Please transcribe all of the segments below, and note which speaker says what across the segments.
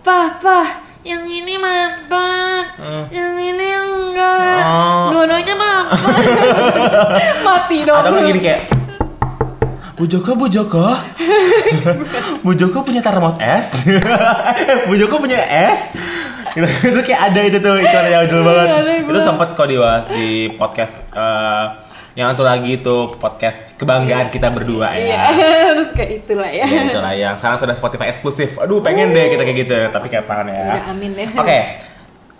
Speaker 1: apa? Yang ini mampet,
Speaker 2: Hmm.
Speaker 1: yang ini enggak.
Speaker 2: Oh.
Speaker 1: Dua-duanya mampet. Mati dong.
Speaker 2: Atau
Speaker 1: lu.
Speaker 2: gini kayak Bu Joko, Bu Joko Bu Joko punya termos es Bu Joko punya es Gitu, itu kayak ada itu tuh iklan yang dulu banget
Speaker 1: Ada yang
Speaker 2: itu
Speaker 1: gua-
Speaker 2: sempet kok dibahas di podcast eh, yang satu lagi itu podcast kebanggaan kita berdua
Speaker 1: Iya,
Speaker 2: ya
Speaker 1: harus kayak itulah ya.
Speaker 2: Ya, itulah yang sekarang sudah Spotify eksklusif aduh pengen deh kita kayak gitu tapi kapan ya
Speaker 1: Udah, amin deh.
Speaker 2: oke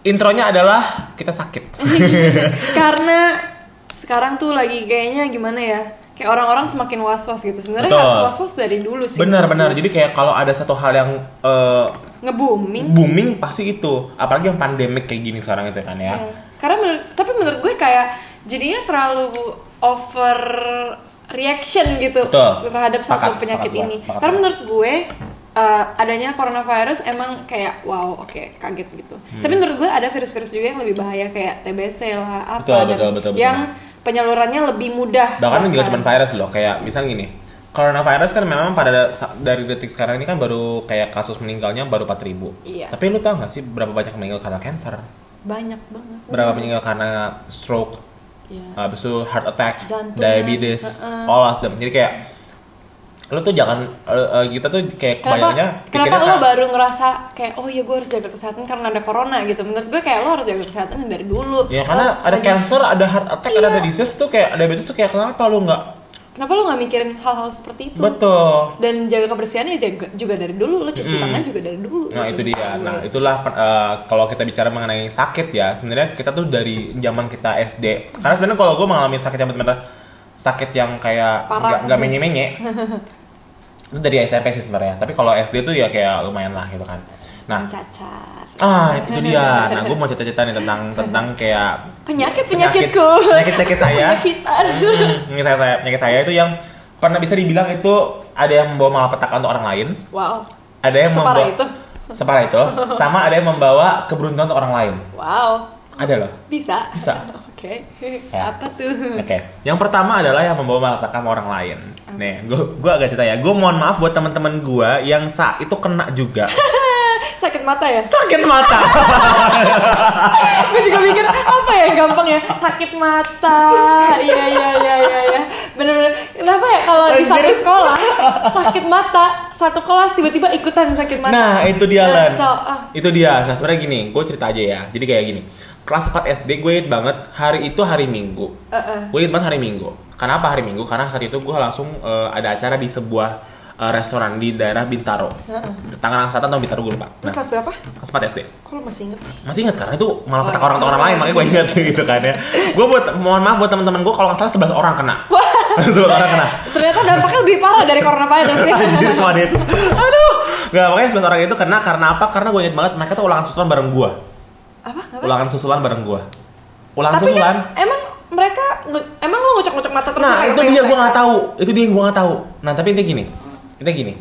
Speaker 2: intronya adalah kita sakit
Speaker 1: Karena sekarang tuh lagi kayaknya gimana ya? Kayak orang-orang semakin was-was gitu. Sebenarnya
Speaker 2: Betul.
Speaker 1: harus was-was dari dulu sih.
Speaker 2: benar-benar jadi kayak kalau ada satu hal yang eh,
Speaker 1: Nge-booming.
Speaker 2: booming pasti itu apalagi yang pandemik kayak gini sekarang itu kan ya
Speaker 1: Hmm. Karena menurut- tapi menurut gue kayak jadinya terlalu over reaction gitu
Speaker 2: Betul.
Speaker 1: terhadap satu
Speaker 2: Sepakat,
Speaker 1: penyakit
Speaker 2: sepakat
Speaker 1: ini.
Speaker 2: banget, sepakat
Speaker 1: Karena
Speaker 2: banget.
Speaker 1: menurut gue eh, adanya coronavirus emang kayak wow oke kaget gitu.
Speaker 2: Hmm.
Speaker 1: Tapi menurut gue ada virus-virus juga yang lebih bahaya kayak TBC lah apa
Speaker 2: Betul,
Speaker 1: dan
Speaker 2: betul, betul, betul.
Speaker 1: yang penyalurannya lebih mudah. Kan
Speaker 2: bahkan juga cuma virus loh kayak misal gini coronavirus kan memang pada sa- dari detik sekarang ini kan baru kayak kasus meninggalnya baru 4000
Speaker 1: Iya.
Speaker 2: tapi lu tau gak sih berapa banyak meninggal karena cancer
Speaker 1: banyak banget.
Speaker 2: berapa meninggal karena stroke
Speaker 1: Iya.
Speaker 2: habis itu heart attack
Speaker 1: Jantungan.
Speaker 2: diabetes
Speaker 1: Heeh.
Speaker 2: all of them jadi kayak lu tuh jangan eh, eh, kita tuh kayak
Speaker 1: Kenapa,
Speaker 2: kebanyakannya
Speaker 1: kenapa
Speaker 2: pikirnya
Speaker 1: lo
Speaker 2: kan-
Speaker 1: baru ngerasa kayak oh iya gue harus jaga kesehatan karena ada corona gitu? Menurut gue kayak lo harus jaga kesehatan dari dulu.
Speaker 2: ya karena
Speaker 1: Harus
Speaker 2: ada
Speaker 1: rajin
Speaker 2: cancer ada heart attack ada
Speaker 1: Iya.
Speaker 2: disease tuh kayak diabetes tuh kayak kenapa lu nggak
Speaker 1: Kenapa lo nggak mikirin hal-hal seperti itu?
Speaker 2: betul
Speaker 1: Dan jaga kebersihannya jaga, juga dari dulu, lo cuci
Speaker 2: Mm.
Speaker 1: tangan juga dari dulu.
Speaker 2: Nah itu
Speaker 1: Gitu.
Speaker 2: dia. Nah itulah per- eh, kalau kita bicara mengenai sakit ya, sebenarnya kita tuh dari zaman kita SD. Karena sebenarnya kalau gue mengalami sakit yang benar-benar sakit yang kayak
Speaker 1: Parah.
Speaker 2: nggak nggak menye-menye itu dari SMP sih sebenarnya. Tapi kalau SD tuh ya kayak lumayan lah gitu kan. Nah
Speaker 1: cacar.
Speaker 2: ah itu dia. Nah gue mau cerita-cerita nih tentang tentang kayak
Speaker 1: Penyakit
Speaker 2: Penyakit-
Speaker 1: penyakitku.
Speaker 2: penyakit-penyakit saya.
Speaker 1: Penyakitan.
Speaker 2: Hmm, penyakit saya, saya penyakit saya itu yang pernah bisa dibilang itu ada yang membawa malapetaka untuk orang lain,
Speaker 1: Wow.
Speaker 2: ada yang
Speaker 1: Separah
Speaker 2: membawa
Speaker 1: itu?
Speaker 2: separah itu, sama ada yang membawa keberuntungan untuk orang lain.
Speaker 1: Wow.
Speaker 2: Ada loh.
Speaker 1: Bisa.
Speaker 2: Bisa.
Speaker 1: Oke.
Speaker 2: Ya.
Speaker 1: Apa tuh?
Speaker 2: Oke. Yang pertama adalah yang membawa malapetaka sama orang lain.
Speaker 1: Hmm.
Speaker 2: Nih, gue gua agak cerita ya. Gue mohon maaf buat teman-teman gue yang saat itu kena juga
Speaker 1: Sakit mata ya?
Speaker 2: sakit mata.
Speaker 1: gue juga mikir apa ya yang gampang ya sakit mata iya iya iya iya iya bener-bener kenapa ya kalau di satu
Speaker 2: Anjir.
Speaker 1: sekolah sakit mata satu kelas tiba-tiba ikutan sakit mata
Speaker 2: nah, itu dia Lan.
Speaker 1: Ngaco, ah.
Speaker 2: Itu dia. Nah, sebenarnya gini, gue cerita aja ya. Jadi kayak gini. Kelas 4 SD gue inget banget hari itu hari Minggu.
Speaker 1: Uh-uh.
Speaker 2: Gue inget banget hari Minggu. Kenapa hari Minggu? Karena saat itu gue langsung eh, ada acara di sebuah eh, restoran di daerah Bintaro. Tangerang Selatan atau Bintaro gue lupa.
Speaker 1: Lu
Speaker 2: Nah,
Speaker 1: kelas berapa
Speaker 2: kelas 4 SD.
Speaker 1: kok lu masih inget sih
Speaker 2: masih ingat karena itu malah petak
Speaker 1: Oh,
Speaker 2: orang orang lain makanya gue ingat gitu kan ya gue buat mohon maaf buat teman-teman gue kalau nggak salah 11 orang kena 11 orang kena
Speaker 1: ternyata dampaknya lebih parah dari coronavirus ya
Speaker 2: anjir Tuhan Yesus aduh nggak makanya 11 orang itu kena karena apa karena gue ingat banget mereka tuh ulangan susulan bareng gue
Speaker 1: apa apa
Speaker 2: ulangan susulan bareng gue ulangan
Speaker 1: tapi kan
Speaker 2: susulan
Speaker 1: emang mereka nge- emang lu ngocok-ngocok mata terus
Speaker 2: nah
Speaker 1: kayak
Speaker 2: itu
Speaker 1: apa ya,
Speaker 2: dia gue
Speaker 1: saya?
Speaker 2: nggak tahu itu dia gue nggak tahu nah tapi intinya gini intinya gini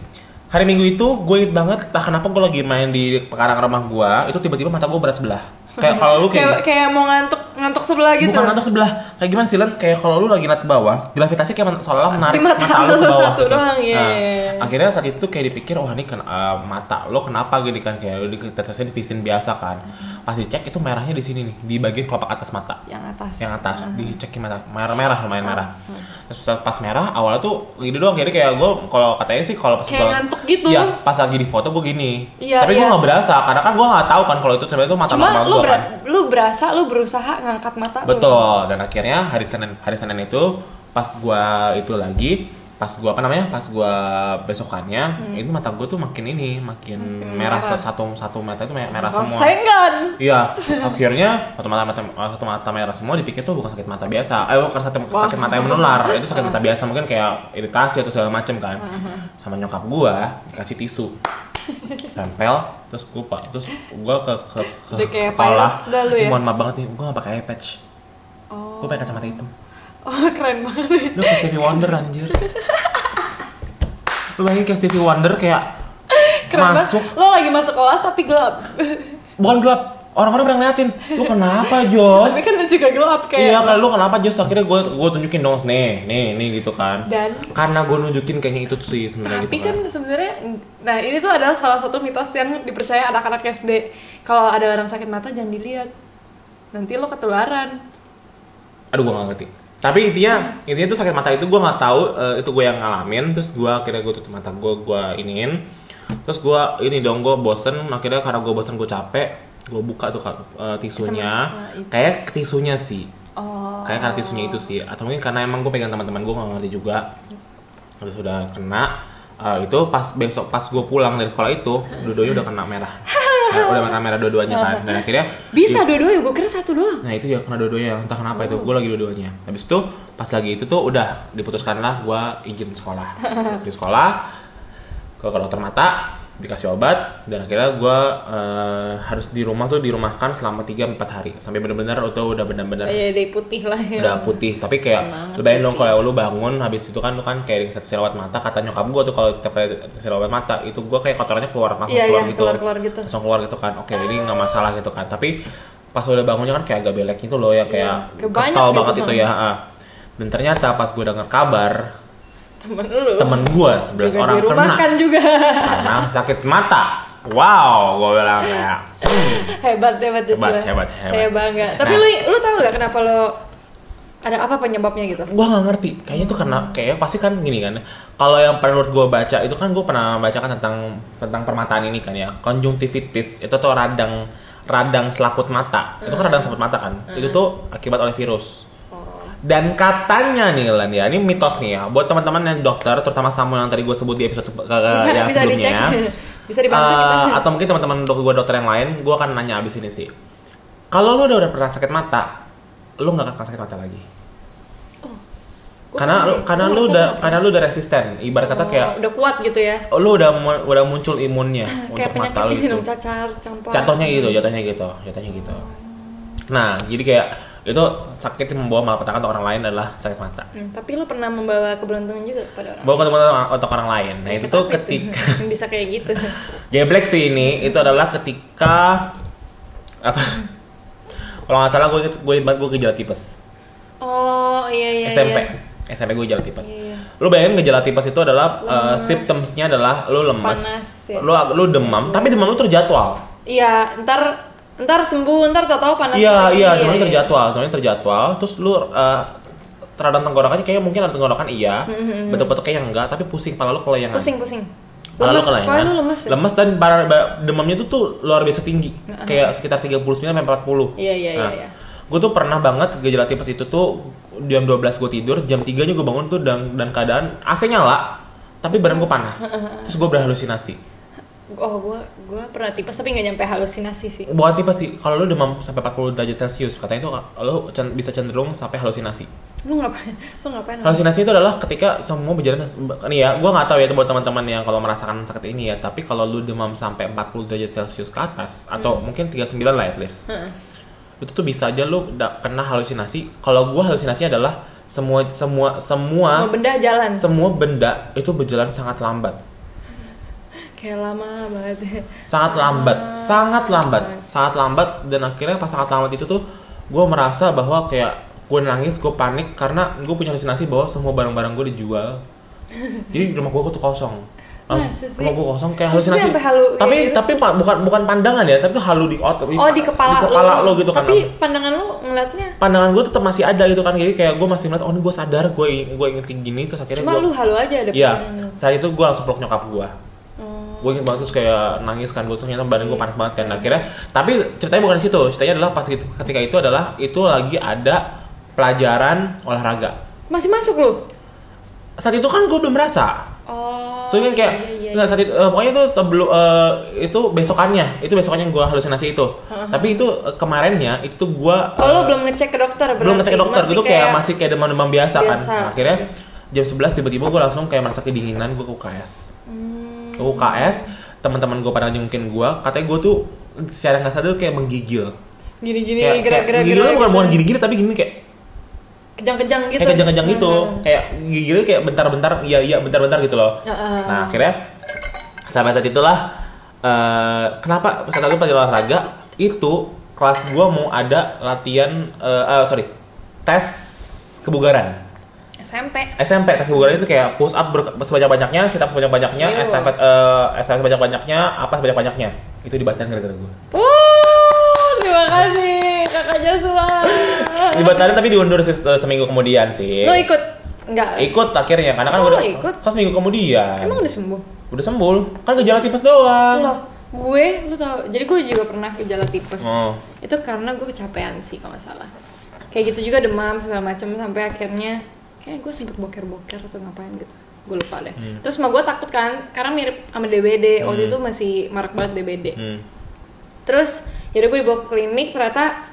Speaker 2: hari minggu itu gue inget banget entah kenapa gue lagi main di pekarangan rumah gue itu tiba-tiba mata gue berat sebelah kayak kalau lu
Speaker 1: kayak
Speaker 2: kayak
Speaker 1: kayak mau ngantuk ngantuk sebelah gitu
Speaker 2: Bukan ngantuk sebelah. Kayak gimana sih Len? Kayak kalau lu lagi ngeliat ke bawah, gravitasi kayak men- seolah-olah
Speaker 1: Di
Speaker 2: menarik
Speaker 1: mata
Speaker 2: lu ke
Speaker 1: lu
Speaker 2: bawah.
Speaker 1: satu doang, iya,
Speaker 2: Nah,
Speaker 1: iya, iya.
Speaker 2: akhirnya saat itu kayak dipikir, wah ini kena, eh, mata lo kenapa gini kan kayak lu ditetesin visin biasa kan. Pas dicek itu merahnya di sini nih, di bagian kelopak atas mata.
Speaker 1: yang atas
Speaker 2: Yang atas
Speaker 1: Iya.
Speaker 2: dicek gimana? Merah-merah
Speaker 1: Ah,
Speaker 2: lumayan merah. Terus pas, pas merah awalnya tuh gini doang jadi kayak gue kalau katanya sih kalau pas
Speaker 1: Kayak
Speaker 2: gua-
Speaker 1: ngantuk gitu.
Speaker 2: Iya, pas lagi di foto gue gini.
Speaker 1: Iya,
Speaker 2: Tapi gue
Speaker 1: iya.
Speaker 2: nggak berasa karena kan gue nggak tahu kan kalau itu sebenarnya itu mata
Speaker 1: cuma
Speaker 2: normal
Speaker 1: lu
Speaker 2: gua kan.
Speaker 1: ber- lu berasa lu berusaha ngangkat mata lu.
Speaker 2: Betul. Dan akhirnya hari Senin hari Senin itu pas gua itu lagi pas gua apa namanya pas gua besokannya itu mata gua tuh makin ini makin merah
Speaker 1: Hmm. merah.
Speaker 2: satu satu mata itu merah
Speaker 1: Oh,
Speaker 2: semua.
Speaker 1: Saingan.
Speaker 2: Iya, akhirnya satu mata, mata satu mata merah semua dipikir tuh bukan sakit mata biasa. Eh bukan sakit,
Speaker 1: Wah.
Speaker 2: sakit mata yang menular, itu sakit mata biasa mungkin kayak iritasi atau segala macem kan.
Speaker 1: Uh-huh.
Speaker 2: Sama nyokap gua dikasih tisu. Tempel terus gua pa- terus gua ke ke, ke
Speaker 1: Udah kayak
Speaker 2: sekolah.
Speaker 1: pirates dah lu ya?
Speaker 2: Mohon maaf banget nih, gua gak pakai eye patch.
Speaker 1: Oh,
Speaker 2: Gua pakai kacamata hitam.
Speaker 1: oh keren banget.
Speaker 2: Lu kayak Stevie Wonder anjir. Lu bayangin kayak Stevie Wonder kayak
Speaker 1: Keren
Speaker 2: masuk
Speaker 1: banget. Lo lagi masuk kelas tapi gelap.
Speaker 2: bukan gelap orang-orang pada ngeliatin lu kenapa Jos
Speaker 1: tapi kan itu juga glow up kayak
Speaker 2: iya kan lu kenapa Jos akhirnya gue gue tunjukin dong nih nih nih gitu kan
Speaker 1: Dan-
Speaker 2: karena gue nunjukin kayaknya itu sih sebenarnya
Speaker 1: tapi
Speaker 2: gitu
Speaker 1: kan sebenarnya nah ini tuh adalah salah satu mitos yang dipercaya anak-anak SD kalau ada orang sakit mata jangan dilihat nanti lo ketularan
Speaker 2: kan. aduh gue gak ngerti tapi intinya intinya tuh sakit mata itu gue nggak tahu eh, itu gue yang ngalamin terus gue akhirnya gue tutup mata gue gue iniin terus gue ini dong gue bosen akhirnya karena gue bosen gue capek gue buka tuh eh, tisunya
Speaker 1: Kacamata itu.
Speaker 2: kayak tisunya sih
Speaker 1: oh
Speaker 2: kayak karena tisunya itu sih atau mungkin karena emang gue pegang teman-teman gue gak ngerti juga terus sudah kena Eh, itu pas besok pas gue pulang dari sekolah itu dua-duanya udah kena merah Eh, udah merah merah dua-duanya kan dan akhirnya
Speaker 1: bisa dua-duanya gue kira satu doang
Speaker 2: Nah itu ya kena dua-duanya, entah kenapa itu, gue lagi dua-duanya Habis itu, pas lagi itu tuh udah diputuskanlah gue izin sekolah Di sekolah, ke ke dokter mata, dikasih obat Dan akhirnya gue harus di rumah tuh dirumahkan selama 3-4 hari Sampai bener-bener itu udah bener-bener
Speaker 1: ya dari putih lah ya
Speaker 2: udah putih tapi kayak lu bayangin dong kalau lu bangun habis itu kan lu kan kayak dikasih jerawat mata kata nyokap gua tuh kalau tiap kali dikasih jerawat mata itu gua kayak kotorannya keluar langsung
Speaker 1: Iya,
Speaker 2: keluar
Speaker 1: iya,
Speaker 2: gitu
Speaker 1: keluar-keluar gitu.
Speaker 2: langsung keluar gitu kan oke ini nggak masalah gitu kan tapi pas udah bangunnya kan kayak agak belek gitu loh ya kayak
Speaker 1: Iya, kebanyak
Speaker 2: kental
Speaker 1: gitu
Speaker 2: banget
Speaker 1: kan.
Speaker 2: itu ya ah. dan ternyata pas gua denger kabar
Speaker 1: temen lu
Speaker 2: temen gua 11 orang Hmm. kena
Speaker 1: dirumahkan juga
Speaker 2: karena sakit mata wow gua bilang ya
Speaker 1: hebat hebat Joshua.
Speaker 2: Hebat, hebat, hebat.
Speaker 1: saya bangga tapi
Speaker 2: Nah.
Speaker 1: lu lu tahu nggak kenapa lo ada apa penyebabnya gitu
Speaker 2: gue nggak ngerti kayaknya tuh karena kayak pasti kan gini kan kalau yang pernah gue baca itu kan gue pernah baca kan tentang tentang permataan ini kan ya konjungtivitis itu tuh radang radang selaput mata itu kan radang selaput mata kan itu tuh akibat oleh virus dan katanya nih Lan ya, ini mitos nih ya buat teman-teman yang dokter terutama Samuel yang tadi gue sebut di episode eh, yang sebelumnya
Speaker 1: bisa dibantu
Speaker 2: Eh,
Speaker 1: kita
Speaker 2: atau mungkin teman-teman dok gue dokter yang lain gue akan nanya abis ini sih kalau lu udah udah pernah sakit mata lu nggak akan sakit mata lagi
Speaker 1: Gua
Speaker 2: karena lu
Speaker 1: pernah-
Speaker 2: karena
Speaker 1: gua
Speaker 2: lu
Speaker 1: ngerasa
Speaker 2: udah
Speaker 1: pernah.
Speaker 2: karena lu udah resisten ibarat kata
Speaker 1: Oh,
Speaker 2: kayak
Speaker 1: udah kuat gitu ya
Speaker 2: lu udah mu- udah muncul imunnya untuk
Speaker 1: kayak
Speaker 2: mata
Speaker 1: penyakit
Speaker 2: lu
Speaker 1: ini
Speaker 2: gitu
Speaker 1: dong cacar campur
Speaker 2: jatuhnya gitu jatuhnya gitu jatuhnya gitu nah jadi kayak itu sakit yang membawa malapetaka untuk orang lain adalah sakit mata
Speaker 1: Hmm, tapi lo pernah membawa keberuntungan juga kepada orang
Speaker 2: bawa ketemu untuk orang lain nah itu tuh
Speaker 1: Apa
Speaker 2: ketika
Speaker 1: Yang bisa kayak gitu
Speaker 2: Geblek sih ini itu adalah ketika apa?
Speaker 1: Hmm.
Speaker 2: Kalau nggak salah gue gue ingat banget gue gejala tipes
Speaker 1: oh iya iya
Speaker 2: SMP.
Speaker 1: iya.
Speaker 2: SMP gue gejala tipes.
Speaker 1: Iya.
Speaker 2: Lu bayangin gejala tipes itu adalah uh, symptomsnya adalah lu lemes,
Speaker 1: Panas, ya.
Speaker 2: lu ag- lu demam, tapi demam lu terjadwal.
Speaker 1: iya ntar ntar sembuh ntar tau-tau panas
Speaker 2: Iya
Speaker 1: lagi.
Speaker 2: iya, demam lu terjadwal, demamnya terjadwal. Terus lu uh, radang tenggorokannya kayaknya mungkin ada tenggorokan iya,
Speaker 1: Hmm,
Speaker 2: batuk-batuk kayaknya enggak, tapi pusing kepala lu kelayangan.
Speaker 1: pusing pusing
Speaker 2: Kalau
Speaker 1: lemes
Speaker 2: lu kelayangan,
Speaker 1: pokoknya lu lemes ya?
Speaker 2: dan bar- bar- demamnya itu tuh luar biasa tinggi. Kayak sekitar 39
Speaker 1: Iya,
Speaker 2: sampai 40.
Speaker 1: iya,
Speaker 2: Ah.
Speaker 1: iya, iya.
Speaker 2: Gue Nah, tuh pernah banget gejala tipes itu tuh jam 12 gue tidur, jam 3 nya gue bangun tuh dan, dan keadaan AC nyala, tapi badan gue panas. Terus gue berhalusinasi.
Speaker 1: oh gue gue pernah tipes tapi nggak nyampe halusinasi sih
Speaker 2: Buat tipes sih, kalau lu demam sampai 40 derajat Celcius, katanya itu lu cen- bisa cenderung sampai halusinasi.
Speaker 1: lu ngapain lu ngapain
Speaker 2: Halusinasi itu adalah ketika semua berjalan nih ya, gua nggak tahu ya itu buat teman-teman yang kalau merasakan sakit ini ya, tapi kalau lu demam sampai 40 derajat Celcius ke atas atau
Speaker 1: Hmm.
Speaker 2: mungkin 39 lah at least. Itu tuh bisa aja lu da- kena halusinasi. Kalau gua halusinasinya adalah semua semua
Speaker 1: semua
Speaker 2: semua
Speaker 1: benda jalan
Speaker 2: semua benda itu berjalan sangat lambat.
Speaker 1: kayak lama banget ya.
Speaker 2: Sangat lambat,
Speaker 1: Ah.
Speaker 2: sangat lambat, sangat lambat dan akhirnya pas sangat lambat itu tuh gua merasa bahwa kayak gue nangis, gue panik karena gue punya halusinasi bahwa semua barang-barang gue dijual jadi rumah gua tuh kosong
Speaker 1: Masa sih?
Speaker 2: rumah gua kosong kayak
Speaker 1: Masa sih
Speaker 2: halusinasi
Speaker 1: sampai halu-
Speaker 2: tapi
Speaker 1: kayak gitu?
Speaker 2: tapi pa- bukan bukan pandangan ya tapi tuh halu di otak
Speaker 1: oh di kepala,
Speaker 2: lo gitu kan
Speaker 1: tapi pandangan lu ngeliatnya
Speaker 2: pandangan gue tetap masih ada gitu kan jadi kayak gue masih melihat oh ini gue sadar gue gue inget kayak gini terus akhirnya
Speaker 1: cuma
Speaker 2: gua-
Speaker 1: lu halu aja ada
Speaker 2: Iya,
Speaker 1: pandangan lu.
Speaker 2: saat itu gue langsung peluk nyokap gue
Speaker 1: Oh.
Speaker 2: gue inget banget terus kayak nangis kan gue tuh ternyata badan gue
Speaker 1: Iya.
Speaker 2: panas banget kan Nah, akhirnya tapi ceritanya bukan di situ ceritanya adalah pas gitu- ketika itu adalah itu lagi ada pelajaran olahraga
Speaker 1: masih masuk lu
Speaker 2: saat itu kan gue belum merasa
Speaker 1: oh
Speaker 2: So kan kayak
Speaker 1: iya, iya, iya.
Speaker 2: nggak saat itu, eh, pokoknya itu sebelum eh, itu besokannya, itu besokannya gue halusinasi itu. Tapi itu eh, kemarinnya itu tuh gue
Speaker 1: oh lo belum ngecek ke dokter
Speaker 2: belum
Speaker 1: berarti.
Speaker 2: ngecek ke dokter,
Speaker 1: Masih
Speaker 2: itu kayak, masih kayak demam-demam biasa,
Speaker 1: Biasa.
Speaker 2: kan. Nah, akhirnya jam 11 tiba-tiba gue langsung kayak merasa kedinginan, gue ke UKS.
Speaker 1: Hmm,
Speaker 2: Ke UKS, teman-teman gue pada mungkin gue, katanya gue tuh secara nggak sadar kayak menggigil.
Speaker 1: gini-gini
Speaker 2: Kayak, kayak
Speaker 1: gerak-gerak
Speaker 2: menggigilnya
Speaker 1: gerak
Speaker 2: bukan
Speaker 1: gitu.
Speaker 2: bukan gini-gini tapi gini kayak
Speaker 1: kejang-kejang gitu
Speaker 2: kayak kejang-kejang gitu
Speaker 1: Hmm.
Speaker 2: kayak gigilnya kayak bentar-bentar iya iya bentar-bentar gitu loh
Speaker 1: Heeh.
Speaker 2: nah akhirnya sampai saat itulah eh, kenapa saat aku pelajaran olahraga itu kelas gua mau ada latihan eh eh, sorry tes kebugaran
Speaker 1: SMP
Speaker 2: SMP tes kebugaran itu kayak push up ber- sebanyak-banyaknya, sit up sebanyak-banyaknya,
Speaker 1: Iya.
Speaker 2: estafet eh estafet sebanyak-banyaknya, apa sebanyak-banyaknya. Itu dibatalin gara-gara gue.
Speaker 1: uh terima kasih kakak Joshua
Speaker 2: Dibatalin tapi diundur se- eh, seminggu kemudian sih.
Speaker 1: lo ikut nggak
Speaker 2: Ikut akhirnya karena kan
Speaker 1: Oh,
Speaker 2: udah
Speaker 1: ikut?
Speaker 2: kan seminggu kemudian.
Speaker 1: emang udah sembuh
Speaker 2: Udah sembuh. Kan gejala tipes doang.
Speaker 1: Loh, gue lu tau jadi gue juga pernah gejala tipes
Speaker 2: Oh.
Speaker 1: itu karena gue kecapean sih kalau nggak salah kayak gitu juga demam segala macam sampai akhirnya kayak gue sempet boker-boker atau ngapain gitu gue lupa deh
Speaker 2: Hmm.
Speaker 1: terus mah gue takut kan karena mirip sama DBD waktu itu masih marak banget DBD
Speaker 2: Hmm.
Speaker 1: terus jadi gue dibawa ke klinik ternyata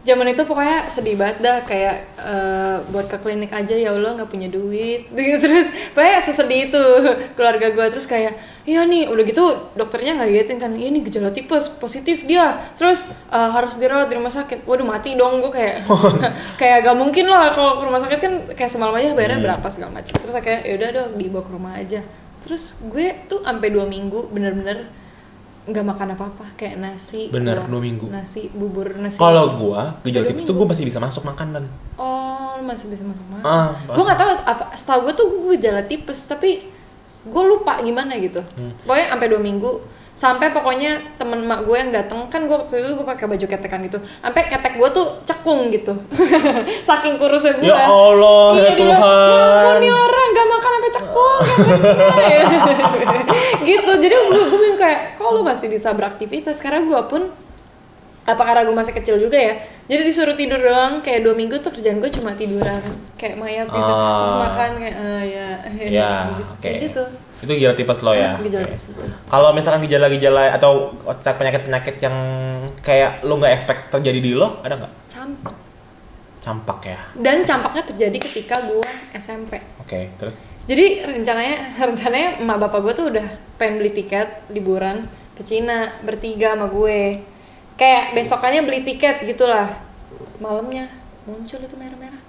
Speaker 1: zaman itu pokoknya sedih banget dah kayak eh, buat ke klinik aja ya Allah nggak punya duit terus pokoknya sesedih itu keluarga gue terus kayak iya nih udah gitu dokternya nggak liatin kan iya nih gejala tipes positif dia terus eh, harus dirawat di rumah sakit waduh mati dong gue kayak kayak gak mungkin lah kalau ke rumah sakit kan kayak semalam aja bayarnya berapa segala macam terus akhirnya yaudah dong dibawa ke rumah aja terus gue tuh sampai dua minggu bener-bener nggak makan apa-apa kayak nasi
Speaker 2: Bener,
Speaker 1: buah,
Speaker 2: dua minggu.
Speaker 1: nasi bubur nasi
Speaker 2: Kalau gua gejala tipes tuh gua masih bisa masuk makanan.
Speaker 1: oh lu masih bisa masuk makan
Speaker 2: Ah,
Speaker 1: gue nggak tahu apa setahu gue tuh gue gejala tipes tapi gue lupa gimana gitu
Speaker 2: Hmm.
Speaker 1: pokoknya sampai dua minggu sampai pokoknya temen mak gue yang dateng kan gue waktu itu gue pakai baju ketekan gitu sampai ketek gue tuh cekung gitu saking kurusnya gue
Speaker 2: Ya Allah, ya
Speaker 1: dia bilang, ya
Speaker 2: Tuhan."
Speaker 1: ampun nih orang gak makan sampai cekung keteknya." gitu jadi gue gue bingung kayak kok lu masih bisa beraktivitas karena gue pun apa karena gue masih kecil juga ya jadi disuruh tidur doang kayak dua minggu tuh kerjaan gue cuma tiduran kayak mayat gitu
Speaker 2: Ah.
Speaker 1: terus makan kayak eh, ya
Speaker 2: Ya,
Speaker 1: gitu.
Speaker 2: oke.
Speaker 1: Kayak gitu Ah,
Speaker 2: Itu gejala tipes lo ya.
Speaker 1: Gejala
Speaker 2: Oke.
Speaker 1: tipes gue.
Speaker 2: Kalau misalkan gejala-gejala atau penyakit-penyakit yang kayak lo nggak expect terjadi di lo, ada nggak?
Speaker 1: campak
Speaker 2: Campak ya.
Speaker 1: dan campaknya terjadi ketika gue SMP
Speaker 2: Oke, terus?
Speaker 1: jadi rencananya rencananya emak bapak gue tuh udah pengen beli tiket liburan ke Cina bertiga sama gue kayak besokannya beli tiket gitulah malamnya muncul itu merah-merah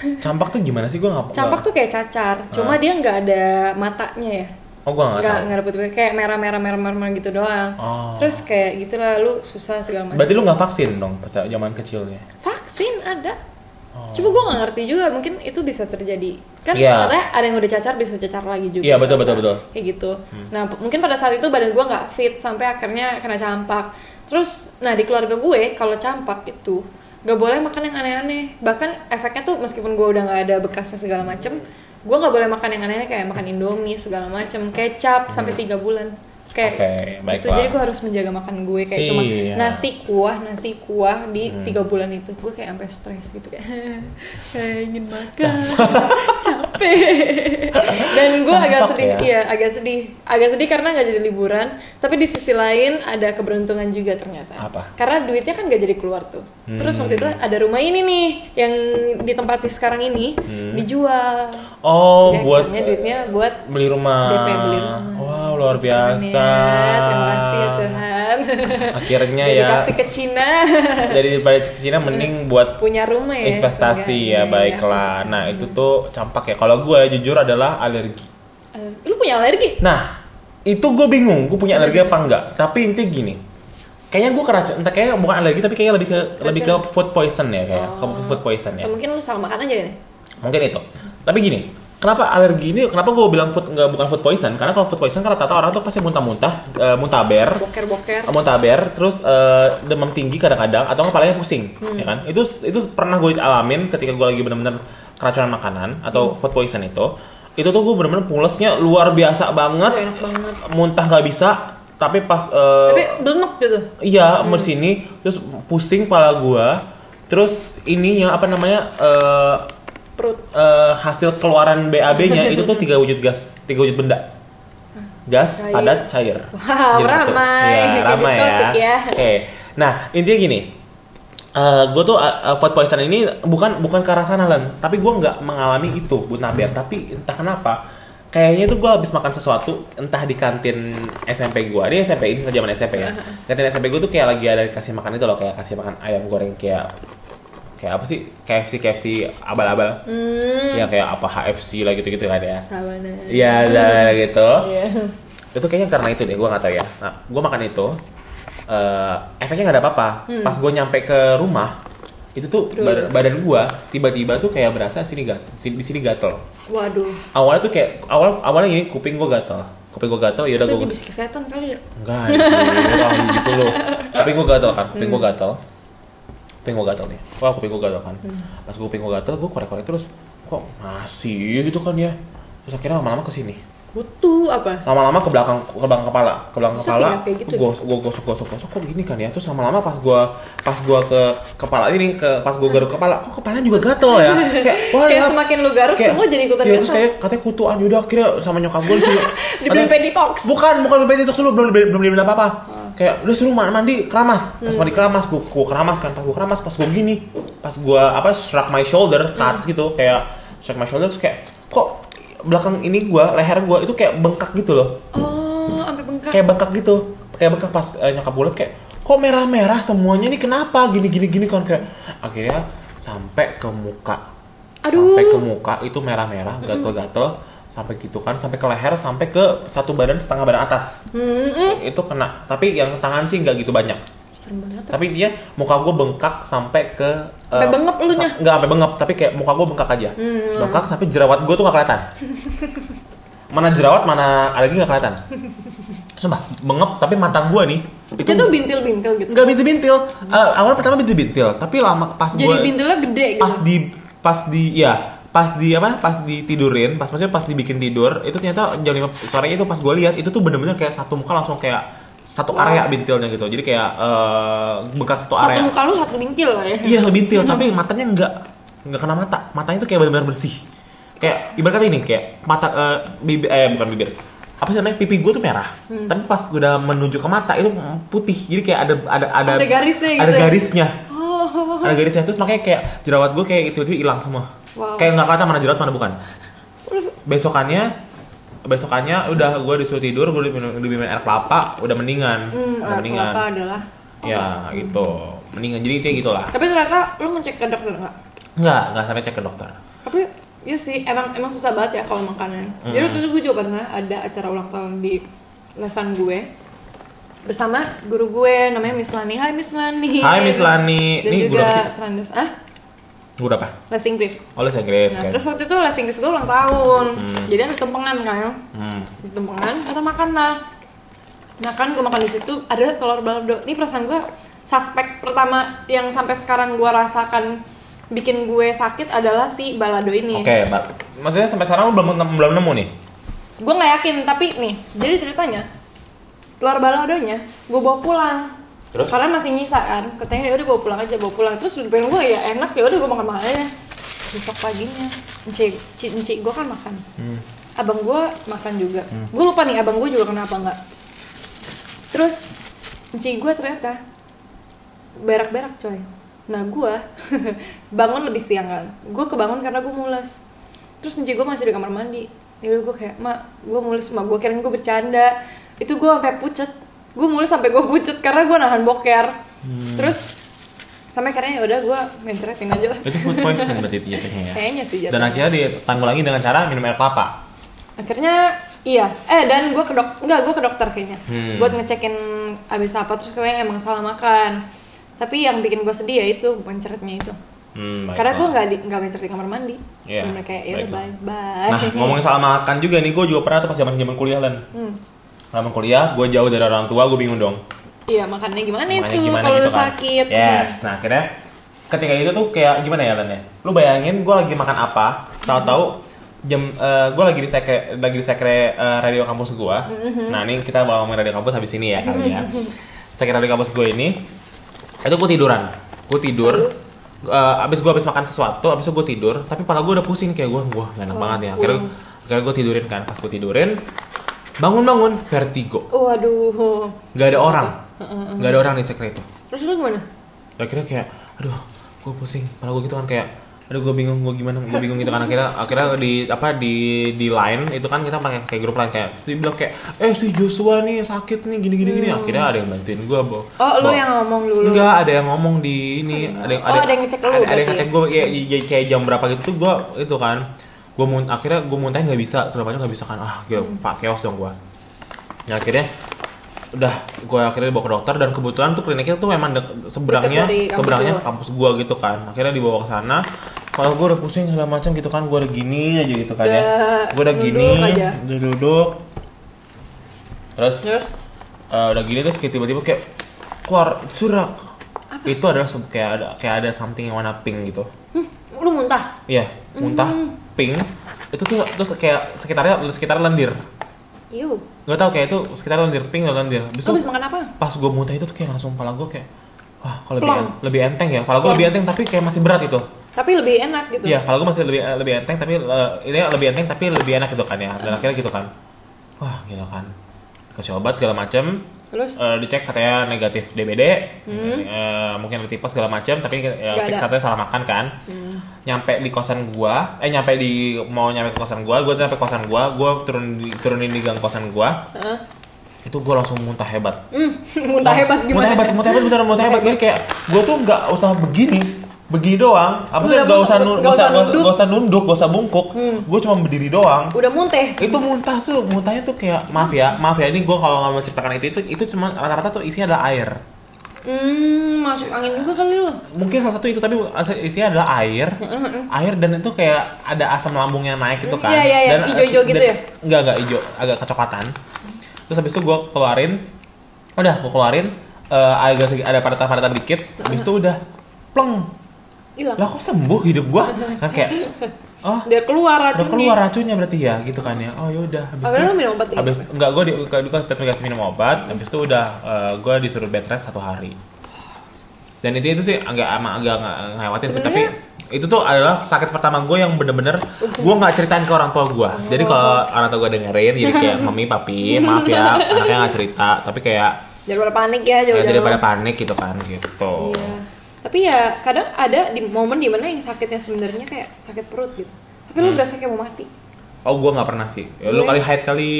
Speaker 2: Campak tuh gimana sih? Gue nggak
Speaker 1: campak tuh kayak cacar cuma
Speaker 2: Ah.
Speaker 1: dia nggak ada matanya ya
Speaker 2: Oh, gue nggak
Speaker 1: nggak
Speaker 2: tahu.
Speaker 1: nggak ada putih kayak merah merah merah merah, merah gitu doang
Speaker 2: Oh.
Speaker 1: terus kayak gitulah lu susah segala macam
Speaker 2: Berarti lu nggak vaksin dong pas zaman kecilnya?
Speaker 1: vaksin ada
Speaker 2: Oh.
Speaker 1: cuma gue nggak ngerti juga mungkin itu bisa terjadi kan
Speaker 2: Iya.
Speaker 1: katanya ada yang udah cacar bisa cacar lagi juga
Speaker 2: Iya, betul, betul, Hmm. betul.
Speaker 1: kayak gitu nah p- mungkin pada saat itu badan gue nggak fit sampai akhirnya kena campak terus nah di keluarga gue kalau campak itu gak boleh makan yang aneh-aneh bahkan efeknya tuh meskipun gue udah nggak ada bekasnya segala macem gue nggak boleh makan yang aneh-aneh kayak makan indomie segala macem kecap sampai tiga bulan kayak
Speaker 2: Hmm. Oke,
Speaker 1: gitu
Speaker 2: baiklah. iya.
Speaker 1: jadi gue harus menjaga makan gue kayak cuma
Speaker 2: Siap.
Speaker 1: nasi kuah nasi kuah di
Speaker 2: Hmm.
Speaker 1: tiga bulan itu gue kayak sampai stres gitu kayak kayak ingin makan capek dan gue agak
Speaker 2: Campak
Speaker 1: sedih
Speaker 2: ya?
Speaker 1: iya agak sedih agak sedih karena nggak jadi liburan tapi di sisi lain ada keberuntungan juga ternyata
Speaker 2: Apa? Hmm.
Speaker 1: karena duitnya kan gak jadi keluar tuh terus waktu itu ada rumah ini nih yang ditempati sekarang ini dijual
Speaker 2: Hmm. Oh,
Speaker 1: Jadi
Speaker 2: buat
Speaker 1: akhirnya duitnya buat
Speaker 2: beli rumah.
Speaker 1: DP beli rumah.
Speaker 2: Ah, Wow, luar biasa.
Speaker 1: Amin. Terima kasih ya Tuhan.
Speaker 2: Akhirnya ya.
Speaker 1: Dedikasi ke Cina.
Speaker 2: Dari balik ke Cina mending buat
Speaker 1: Punya rumah ya. iya,
Speaker 2: investasi ya
Speaker 1: seenggaknya,
Speaker 2: baiklah nah itu tuh campak ya kalau gue jujur adalah alergi
Speaker 1: Eh, Lu punya alergi?
Speaker 2: nah itu gue bingung gue punya alergi apa enggak tapi intinya gini kayaknya gue keracunan entah kayaknya bukan alergi tapi kayaknya lebih ke lebih ke food poison ya kayak ke food poison ya
Speaker 1: Atau mungkin lu salah makan aja ya?
Speaker 2: mungkin itu tapi gini kenapa alergi ini kenapa gue bilang food nggak bukan food poison karena kalau food poison kan rata-rata orang tuh pasti muntah-muntah eh, muntaber
Speaker 1: Boker-boker.
Speaker 2: muntaber terus eh, demam tinggi kadang-kadang atau nggak palanya pusing ya kan itu itu pernah gue alamin ketika gue lagi bener-bener keracunan makanan atau food poison itu itu tuh gue bener-bener pulesnya luar biasa banget
Speaker 1: Aduh, enak banget.
Speaker 2: muntah nggak bisa tapi pas eh,
Speaker 1: Tapi belenek gitu.
Speaker 2: Iya, di sini terus pusing kepala gua. Terus ininya apa namanya? eh
Speaker 1: Perut.
Speaker 2: eh, hasil keluaran BAB-nya itu tuh tiga wujud gas, tiga wujud benda. Gas,
Speaker 1: Cair.
Speaker 2: padat, cair.
Speaker 1: Wow,
Speaker 2: Jadi satu.
Speaker 1: ramai.
Speaker 2: Iya,
Speaker 1: Jadi
Speaker 2: ramai ya.
Speaker 1: diskotik ya.
Speaker 2: Oke. Nah, intinya gini. gue tuh eh, eh, food poison ini bukan bukan ke arah sana Len. tapi gue nggak mengalami itu buat naber
Speaker 1: Hmm.
Speaker 2: tapi entah kenapa kayaknya tuh gue habis makan sesuatu entah di kantin SMP gue ini SMP ini zaman SMP ya
Speaker 1: Uh-huh.
Speaker 2: kantin SMP gue tuh kayak lagi ada kasih makan itu loh kayak kasih makan ayam goreng kayak kayak apa sih KFC KFC abal-abal ya kayak apa HFC lah gitu-gitu kan ya
Speaker 1: Sabana.
Speaker 2: Iya, lah, gitu
Speaker 1: Iya.
Speaker 2: itu kayaknya karena itu deh gue nggak tahu ya nah gue makan itu eh, efeknya nggak ada apa-apa pas gue nyampe ke rumah itu tuh bad- badan gue tiba-tiba tuh kayak berasa sini gat si- di sini gatel
Speaker 1: Waduh.
Speaker 2: awalnya tuh kayak awal awalnya gini kuping gue gatel kuping gue gatel ya udah
Speaker 1: Itu
Speaker 2: gue
Speaker 1: dibisik setan kali ya.
Speaker 2: Enggak, kalau gitu loh. Kuping gue gatel kan, kuping gue gatel. Kuping gue gatel nih. Wah, kuping gue gatel kan. Pas gue kuping gue gatel, gue korek-korek terus. Kok masih gitu kan ya? Terus akhirnya lama-lama ke sini.
Speaker 1: Kutu apa?
Speaker 2: Lama-lama ke belakang ke belakang kepala, ke belakang
Speaker 1: Masa
Speaker 2: kepala.
Speaker 1: pindah kayak gitu
Speaker 2: Gue gue gosok-gosok-gosok kok gini kan ya. Terus lama-lama pas gue pas gua ke kepala ini ke pas gue garuk kepala, kok kepalanya juga gatel ya? Kayak wah,
Speaker 1: Kayak
Speaker 2: ya.
Speaker 1: semakin lu garuk semua jadi ikutan
Speaker 2: ya, terus
Speaker 1: gatal.
Speaker 2: kayak katanya kutuan yaudah akhirnya sama nyokap gue disuruh
Speaker 1: Dibeliin
Speaker 2: katanya-
Speaker 1: peditox.
Speaker 2: bukan bukan beli peditox dulu belum beli- belum beli apa apa kayak udah suruh ma- mandi keramas pas mandi keramas gue gue keramas kan pas gue keramas pas gue gini pas gue apa shrug my shoulder ke atas gitu kayak shrug my shoulder terus kayak kok belakang ini gue leher gue itu kayak bengkak gitu loh
Speaker 1: Oh, sampai bengkak.
Speaker 2: kayak bengkak gitu kayak bengkak pas eh, nyokap bulat kayak kok merah-merah semuanya ini kenapa gini gini gini kan kayak akhirnya sampai ke muka
Speaker 1: Aduh.
Speaker 2: sampai ke muka itu merah-merah gatel-gatel sampai gitu kan sampai ke leher sampai ke satu badan setengah badan atas
Speaker 1: Mm-mm.
Speaker 2: itu kena tapi yang tangan sih nggak gitu banyak
Speaker 1: Serem banget.
Speaker 2: tapi dia muka gue bengkak sampai ke
Speaker 1: Sampai
Speaker 2: eh,
Speaker 1: bengep Hmm. elunya?
Speaker 2: sa- nggak sampai bengep tapi kayak muka gue bengkak aja bengkak sampai jerawat gue tuh nggak kelihatan mana jerawat mana alergi nggak kelihatan sumpah bengep tapi mata gue nih itu
Speaker 1: Itu tuh bintil-bintil gitu.
Speaker 2: nggak bintil-bintil Eh, awal pertama bintil-bintil tapi lama pas
Speaker 1: Jadi
Speaker 2: gue
Speaker 1: bintilnya gede gitu.
Speaker 2: pas di pas di ya pas di apa pas ditidurin pas maksudnya pas dibikin tidur itu ternyata jam lima sorenya itu pas gue lihat itu tuh bener-bener kayak satu muka langsung kayak satu area bintilnya gitu jadi kayak eh bekas satu
Speaker 1: satu
Speaker 2: area
Speaker 1: muka gitu. lu satu bintil lah ya.
Speaker 2: iya bintil tapi matanya enggak enggak kena mata matanya tuh kayak benar-benar bersih kayak ibarat kata ini kayak mata eh, bibir eh bukan bibir apa sih namanya pipi gue tuh merah
Speaker 1: Hmm.
Speaker 2: tapi pas gue udah menuju ke mata itu putih jadi kayak ada ada ada
Speaker 1: Ada garisnya gitu
Speaker 2: ada
Speaker 1: ya?
Speaker 2: garisnya ada garisnya terus makanya kayak jerawat gue kayak tiba-tiba hilang semua
Speaker 1: Wow.
Speaker 2: kayak nggak kelihatan mana jerawat mana bukan
Speaker 1: Terus
Speaker 2: besokannya besokannya udah gue disuruh tidur gue diminum, diminum air kelapa udah mendingan
Speaker 1: hmm,
Speaker 2: udah
Speaker 1: aku
Speaker 2: mendingan
Speaker 1: apa adalah.
Speaker 2: ya gitu mendingan jadi kayak gitulah
Speaker 1: Tapi ternyata lu ngecek ke dokter nggak?
Speaker 2: nggak nggak sampai cek ke dokter
Speaker 1: Tapi ya sih emang emang susah banget ya kalau makanan. Jadi waktu itu gue juga pernah ada acara ulang tahun di lesan gue bersama guru gue namanya Miss Lani. Hai Miss Lani.
Speaker 2: Hai, Miss Lani.
Speaker 1: Dan
Speaker 2: Ini guru
Speaker 1: juga
Speaker 2: apa sih?
Speaker 1: Serandus. Ah,
Speaker 2: Gue apa?
Speaker 1: les Inggris.
Speaker 2: Oh, les Inggris.
Speaker 1: Nah,
Speaker 2: kan? Mm.
Speaker 1: terus waktu itu les Inggris gue ulang tahun. Jadi ada tempengan kan.
Speaker 2: Hmm.
Speaker 1: di tempengan atau makan lah nah kan gue makan di situ ada telur balado ini perasaan gue suspek pertama yang sampai sekarang gue rasakan bikin gue sakit adalah si balado ini
Speaker 2: Oke, Mbak. maksudnya sampai sekarang lu belum belum nemu nih.
Speaker 1: gue nggak yakin tapi nih jadi ceritanya telur baladonya gue bawa pulang
Speaker 2: Terus?
Speaker 1: karena masih nyisa kan katanya ya udah bawa pulang aja bawa pulang terus pengen gue ya enak ya udah gue makan makan aja besok paginya encik encik gue kan makan abang gue makan juga gue lupa nih abang gue juga kenapa nggak terus encik gue ternyata berak-berak coy nah gue bangun lebih siang kan gue kebangun karena gue mules terus encik gue masih di kamar mandi yaudah gue kayak mak gue mules mak gue kirain gue bercanda itu gue sampai pucet gue mules sampai gue pucet karena gue nahan boker terus sampai akhirnya yaudah gue mencretin aja lah
Speaker 2: Itu food poison berarti itu jatuhnya ya.
Speaker 1: kayaknya sih
Speaker 2: Dan
Speaker 1: jatuh
Speaker 2: akhirnya ditanggulangi dengan cara minum air kelapa.
Speaker 1: akhirnya iya eh dan gue ke dok nggak gue ke dokter kayaknya
Speaker 2: Hmm.
Speaker 1: buat ngecekin abis apa terus kayaknya emang salah makan tapi yang bikin gue sedih ya itu menceritnya itu
Speaker 2: Hmm, baiklah.
Speaker 1: karena gue nggak di nggak mencret di kamar mandi
Speaker 2: Iya,
Speaker 1: Bener kayak ya
Speaker 2: baiklah.
Speaker 1: bye bye
Speaker 2: Nah, ngomongin soal makan juga nih, gue juga pernah tuh pas zaman zaman kuliah lan.
Speaker 1: Hmm.
Speaker 2: Zaman kuliah, gue jauh dari orang tua, gue bingung dong.
Speaker 1: iya makannya gimana
Speaker 2: Makanya
Speaker 1: itu
Speaker 2: gimana
Speaker 1: kalau
Speaker 2: gitu
Speaker 1: udah
Speaker 2: kan.
Speaker 1: sakit
Speaker 2: Yes, nah akhirnya ketika itu tuh kayak gimana ya Lan ya? Lu bayangin gue lagi makan apa, tahu-tahu jam gue lagi di sekre lagi di sekre eh, radio kampus gue.
Speaker 1: Mm-hmm.
Speaker 2: Nah ini kita bawa ngomongin radio kampus habis ini ya kali ya. Sekre radio kampus gue ini itu gue tiduran, gue tidur. eh, abis gue abis makan sesuatu, abis itu gue tidur. Tapi pala gue udah pusing kayak gue, wah gak enak banget
Speaker 1: Oh,
Speaker 2: ya. Akhirnya, akhirnya gue tidurin kan, pas gue tidurin bangun bangun vertigo,
Speaker 1: waduh
Speaker 2: gak ada orang, gak ada orang di sekre itu
Speaker 1: terus lu gimana
Speaker 2: akhirnya kayak aduh gue pusing kepala gue gitu kan kayak aduh gue bingung gue gimana gue bingung gitu kan akhirnya akhirnya di apa di di line itu kan kita pakai kayak grup line kayak dia bilang kayak eh si Joshua nih sakit nih gini gini gini akhirnya ada yang bantuin gue bo
Speaker 1: oh lu
Speaker 2: bo-
Speaker 1: yang ngomong dulu
Speaker 2: enggak ada yang ngomong di ini ada yang
Speaker 1: Oh, ada yang ngecek lu
Speaker 2: ada, ada yang
Speaker 1: berarti ya?
Speaker 2: ngecek gue kayak, kayak- kayak jam berapa gitu tuh gue itu kan gue mun
Speaker 1: Hmm.
Speaker 2: akhirnya gue muntahin nggak bisa segala macam nggak bisa kan ah gila pak chaos dong gue Nah, akhirnya udah gue akhirnya dibawa ke dokter dan kebetulan tuh kliniknya tuh memang dek- seberangnya
Speaker 1: dari kampus
Speaker 2: seberangnya
Speaker 1: gua.
Speaker 2: kampus gue gitu kan akhirnya dibawa ke sana kalau gue udah pusing segala macam gitu kan gue udah gini aja gitu kan ya
Speaker 1: Udah
Speaker 2: gue udah
Speaker 1: duduk
Speaker 2: gini
Speaker 1: aja.
Speaker 2: udah duduk terus
Speaker 1: Terus
Speaker 2: eh, udah gini terus kayak tiba-tiba kayak keluar surak itu adalah se- kayak ada kayak ada something yang warna pink gitu
Speaker 1: hmm, lu muntah.
Speaker 2: Iya, muntah,
Speaker 1: Hmm.
Speaker 2: pink. Itu tuh terus kayak sekitarnya sekitar lendir.
Speaker 1: Iu.
Speaker 2: Gak tau kayak itu sekitar lendir pink atau lendir. Habis
Speaker 1: Lu habis
Speaker 2: itu
Speaker 1: makan apa?
Speaker 2: pas gue muntah itu tuh kayak langsung pala gue kayak wah kalau lebih
Speaker 1: Plong.
Speaker 2: en- lebih enteng ya. Pala gue lebih enteng tapi kayak masih berat itu.
Speaker 1: Tapi lebih enak gitu.
Speaker 2: Iya, pala gue masih lebih lebih enteng tapi eh, ini lebih enteng tapi lebih enak gitu kan ya. Dan akhirnya gitu kan. Wah, gila kan. Kasih obat segala macem
Speaker 1: Terus
Speaker 2: Eh, dicek katanya negatif DBD, eh, mungkin ada tipes segala macam, tapi eh,
Speaker 1: Hmm. Nggak
Speaker 2: fix
Speaker 1: ada. Hmm.
Speaker 2: katanya salah makan kan. Nyampe di kosan gua, eh nyampe di mau nyampe ke kosan gua, gua nyampe kosan gua, gua turun di, turunin di gang kosan gua,
Speaker 1: Heeh.
Speaker 2: itu gua langsung muntah hebat.
Speaker 1: Hmm, muntah hebat gimana?
Speaker 2: Muntah hebat, muntah hebat, beneran muntah hebat. Jadi kayak gua tuh nggak usah begini, begini doang. Apa sih
Speaker 1: Nggak
Speaker 2: nggak usah
Speaker 1: butuh- nggak
Speaker 2: nu- nggak usah
Speaker 1: usah nunduk. Hmm.
Speaker 2: nggak usah nunduk, nggak usah bungkuk. Gua cuma berdiri doang
Speaker 1: Udah muntah.
Speaker 2: itu muntah tuh muntahnya tuh kayak maaf ya maaf ya ini gue kalau nggak mau ceritakan itu itu itu cuma rata-rata tuh isinya adalah air
Speaker 1: Hmm, masuk angin juga kali lu.
Speaker 2: mungkin salah satu itu tapi as- isinya adalah air air dan itu kayak ada asam lambung yang naik gitu kan
Speaker 1: Iya, iya, iya.
Speaker 2: dan
Speaker 1: Ijo-ijo gitu ya?
Speaker 2: enggak enggak ijo agak kecoklatan terus habis itu gue keluarin udah gue keluarin eh, agak segi- ada paretan-paretan dikit habis itu udah pleng
Speaker 1: Hilang.
Speaker 2: lah kok sembuh hidup gue kan kayak oh
Speaker 1: Dia keluar
Speaker 2: udah
Speaker 1: racunnya.
Speaker 2: keluar racunnya berarti ya gitu kan ya oh yaudah habis
Speaker 1: Akhirnya lu minum obat ya?
Speaker 2: habis enggak gue di gue tetap dikasih minum obat habis itu udah gue disuruh bed rest satu hari dan itu itu sih agak ama- agak nge- ngelewatin sih tapi
Speaker 1: Sebenarnya-
Speaker 2: itu tuh adalah sakit pertama gue yang bener-bener gue nggak ceritain ke orang tua gue
Speaker 1: Oh.
Speaker 2: jadi kalau orang tua gue dengerin jadi kayak mami papi maaf ya anaknya nggak cerita tapi kayak
Speaker 1: Jangan pada panik ya,
Speaker 2: ya,
Speaker 1: jangan
Speaker 2: daripada panik gitu kan gitu
Speaker 1: Iya. Tapi ya kadang ada di momen dimana yang sakitnya sebenarnya kayak sakit perut gitu. Tapi lu berasa kayak mau mati.
Speaker 2: oh gue nggak pernah sih Ya, lu
Speaker 1: Gue-
Speaker 2: kali hide kali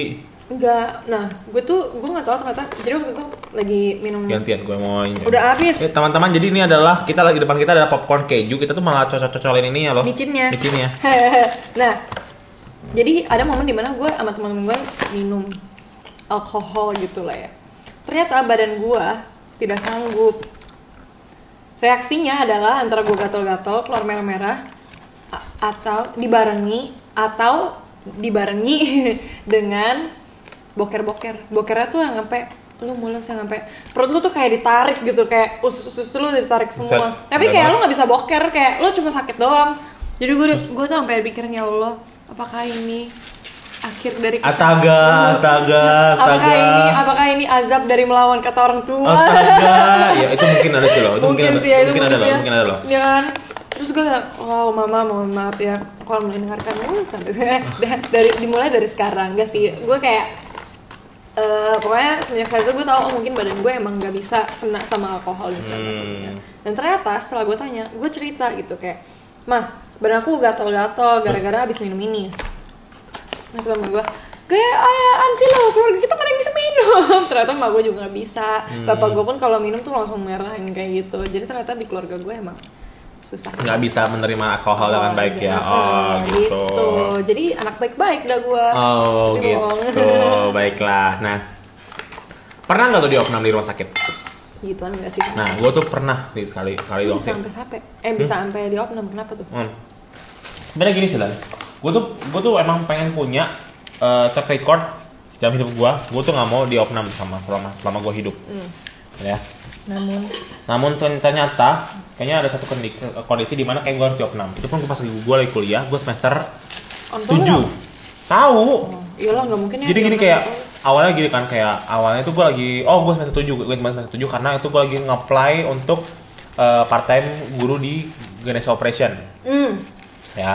Speaker 1: Enggak. Nah, gue tuh gue nggak tahu ternyata. Jadi waktu itu lagi minum.
Speaker 2: gantian gue mau ini.
Speaker 1: Udah habis.
Speaker 2: Eh, teman-teman jadi ini adalah kita lagi depan kita ada popcorn keju kita tuh malah cocok-cocolin ini ya loh
Speaker 1: Micinnya.
Speaker 2: micinnya
Speaker 1: nah, jadi ada momen dimana gue sama teman-teman gue minum alkohol gitu lah ya. Ternyata badan gue tidak sanggup. Reaksinya adalah antara gue gatal-gatal, keluar merah-merah, a- atau dibarengi, atau dibarengi dengan boker-boker. Bokernya tuh yang sampai lu mulus yang sampai perut lu tuh kayak ditarik gitu kayak usus-usus lu ditarik semua.
Speaker 2: Buset,
Speaker 1: Tapi
Speaker 2: udah
Speaker 1: kayak
Speaker 2: banget.
Speaker 1: lu nggak bisa boker kayak lo cuma sakit doang jadi gue gue tuh sampai pikirin ya allah apakah ini akhir dari
Speaker 2: astaga
Speaker 1: apakah
Speaker 2: astaga astaga
Speaker 1: ini apakah ini azab dari melawan kata orang tua
Speaker 2: astaga ya itu mungkin ada sih loh itu mungkin, ada,
Speaker 1: sih ya, itu
Speaker 2: mungkin ada loh
Speaker 1: sih ya.
Speaker 2: mungkin ada loh
Speaker 1: Iya kan terus gue bilang wow mama mohon maaf ya kalau mendengarkan lu sampai Dan dari dimulai dari sekarang gak sih gue kayak eh, pokoknya semenjak saat itu gue tahu oh mungkin badan gue emang gak bisa kena sama alkohol dan segala macamnya
Speaker 2: Hmm.
Speaker 1: dan ternyata setelah gue tanya gue cerita gitu kayak mah badan aku gatal-gatal gara-gara abis minum ini Nah, kata gue, kayak ayaan sih lo, keluarga kita mana yang bisa minum Ternyata emak gue juga gak bisa
Speaker 2: Hmm.
Speaker 1: Bapak gue pun kalau minum tuh langsung merah yang kayak gitu Jadi ternyata di keluarga gue emang susah
Speaker 2: nggak bisa menerima alkohol dengan baik ya oh
Speaker 1: Nah,
Speaker 2: gitu
Speaker 1: Jadi anak baik-baik dah gue
Speaker 2: oh
Speaker 1: Tapi bohong.
Speaker 2: gitu baiklah nah pernah nggak tuh diopnam di rumah sakit
Speaker 1: Gituan gak sih?
Speaker 2: nah Hmm? gue tuh pernah sih sekali sekali doang
Speaker 1: bisa
Speaker 2: sih
Speaker 1: sampai sampai eh bisa sampai di opnam kenapa tuh
Speaker 2: Hmm. Sebenarnya gini sih Lan. Gue tuh gue tuh emang pengen punya eh, track record dalam hidup gue. Gue tuh nggak mau diopnam sama selama selama gue hidup. Ya.
Speaker 1: namun
Speaker 2: Namun ter- ternyata kayaknya ada satu kondi- kondisi di mana kayak gue harus diopnam. Itu pun pas gue lagi kuliah, gue semester
Speaker 1: on
Speaker 2: 7 Tahu.
Speaker 1: iya lo nggak mungkin ya
Speaker 2: Jadi
Speaker 1: di
Speaker 2: gini
Speaker 1: opnam.
Speaker 2: kayak awalnya gini kan kayak awalnya itu gue lagi oh gue semester 7 gue semester 7 karena itu gue lagi nge-apply untuk eh, part time guru di Ganesha Operation
Speaker 1: hmm
Speaker 2: ya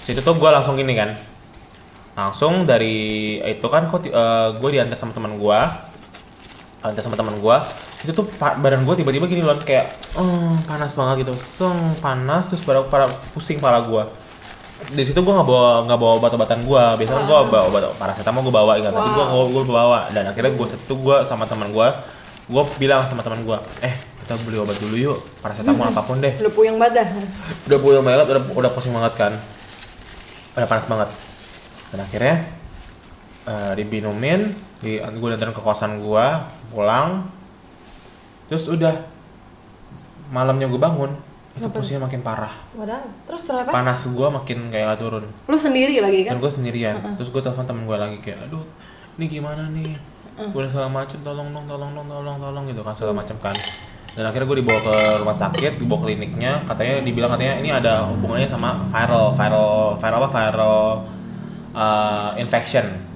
Speaker 2: situ tuh gue langsung gini kan langsung dari itu kan kok gue diantar sama teman gue antar sama teman gue itu tuh pa- badan gue tiba-tiba gini loh kayak "Eh, panas banget gitu seng panas terus pada pada pusing pala gue di situ gue nggak bawa nggak bawa obat-obatan gue biasanya gue bawa obat paracetamol gue bawa ingat tapi gue gue bawa dan akhirnya gue setu gue sama teman gue gue bilang sama teman gue eh kita beli obat dulu yuk paracetamol apapun deh
Speaker 1: udah puyeng badan
Speaker 2: udah puyeng banget udah udah pusing banget kan udah panas banget dan akhirnya eh, diminumin di gue datang ke kosan gue pulang terus udah malamnya gue bangun itu pusingnya makin parah
Speaker 1: Wadah. Terus ternyata
Speaker 2: panas gue makin kayak gak turun
Speaker 1: lu sendiri lagi
Speaker 2: dan
Speaker 1: kan?
Speaker 2: gue sendirian terus gue telepon temen gue lagi kayak aduh ini gimana nih gue udah segala macem tolong dong tolong dong tolong tolong gitu kan segala macem kan dan akhirnya gue dibawa ke rumah sakit dibawa kliniknya katanya dibilang katanya ini ada hubungannya sama viral viral viral apa viral uh, infection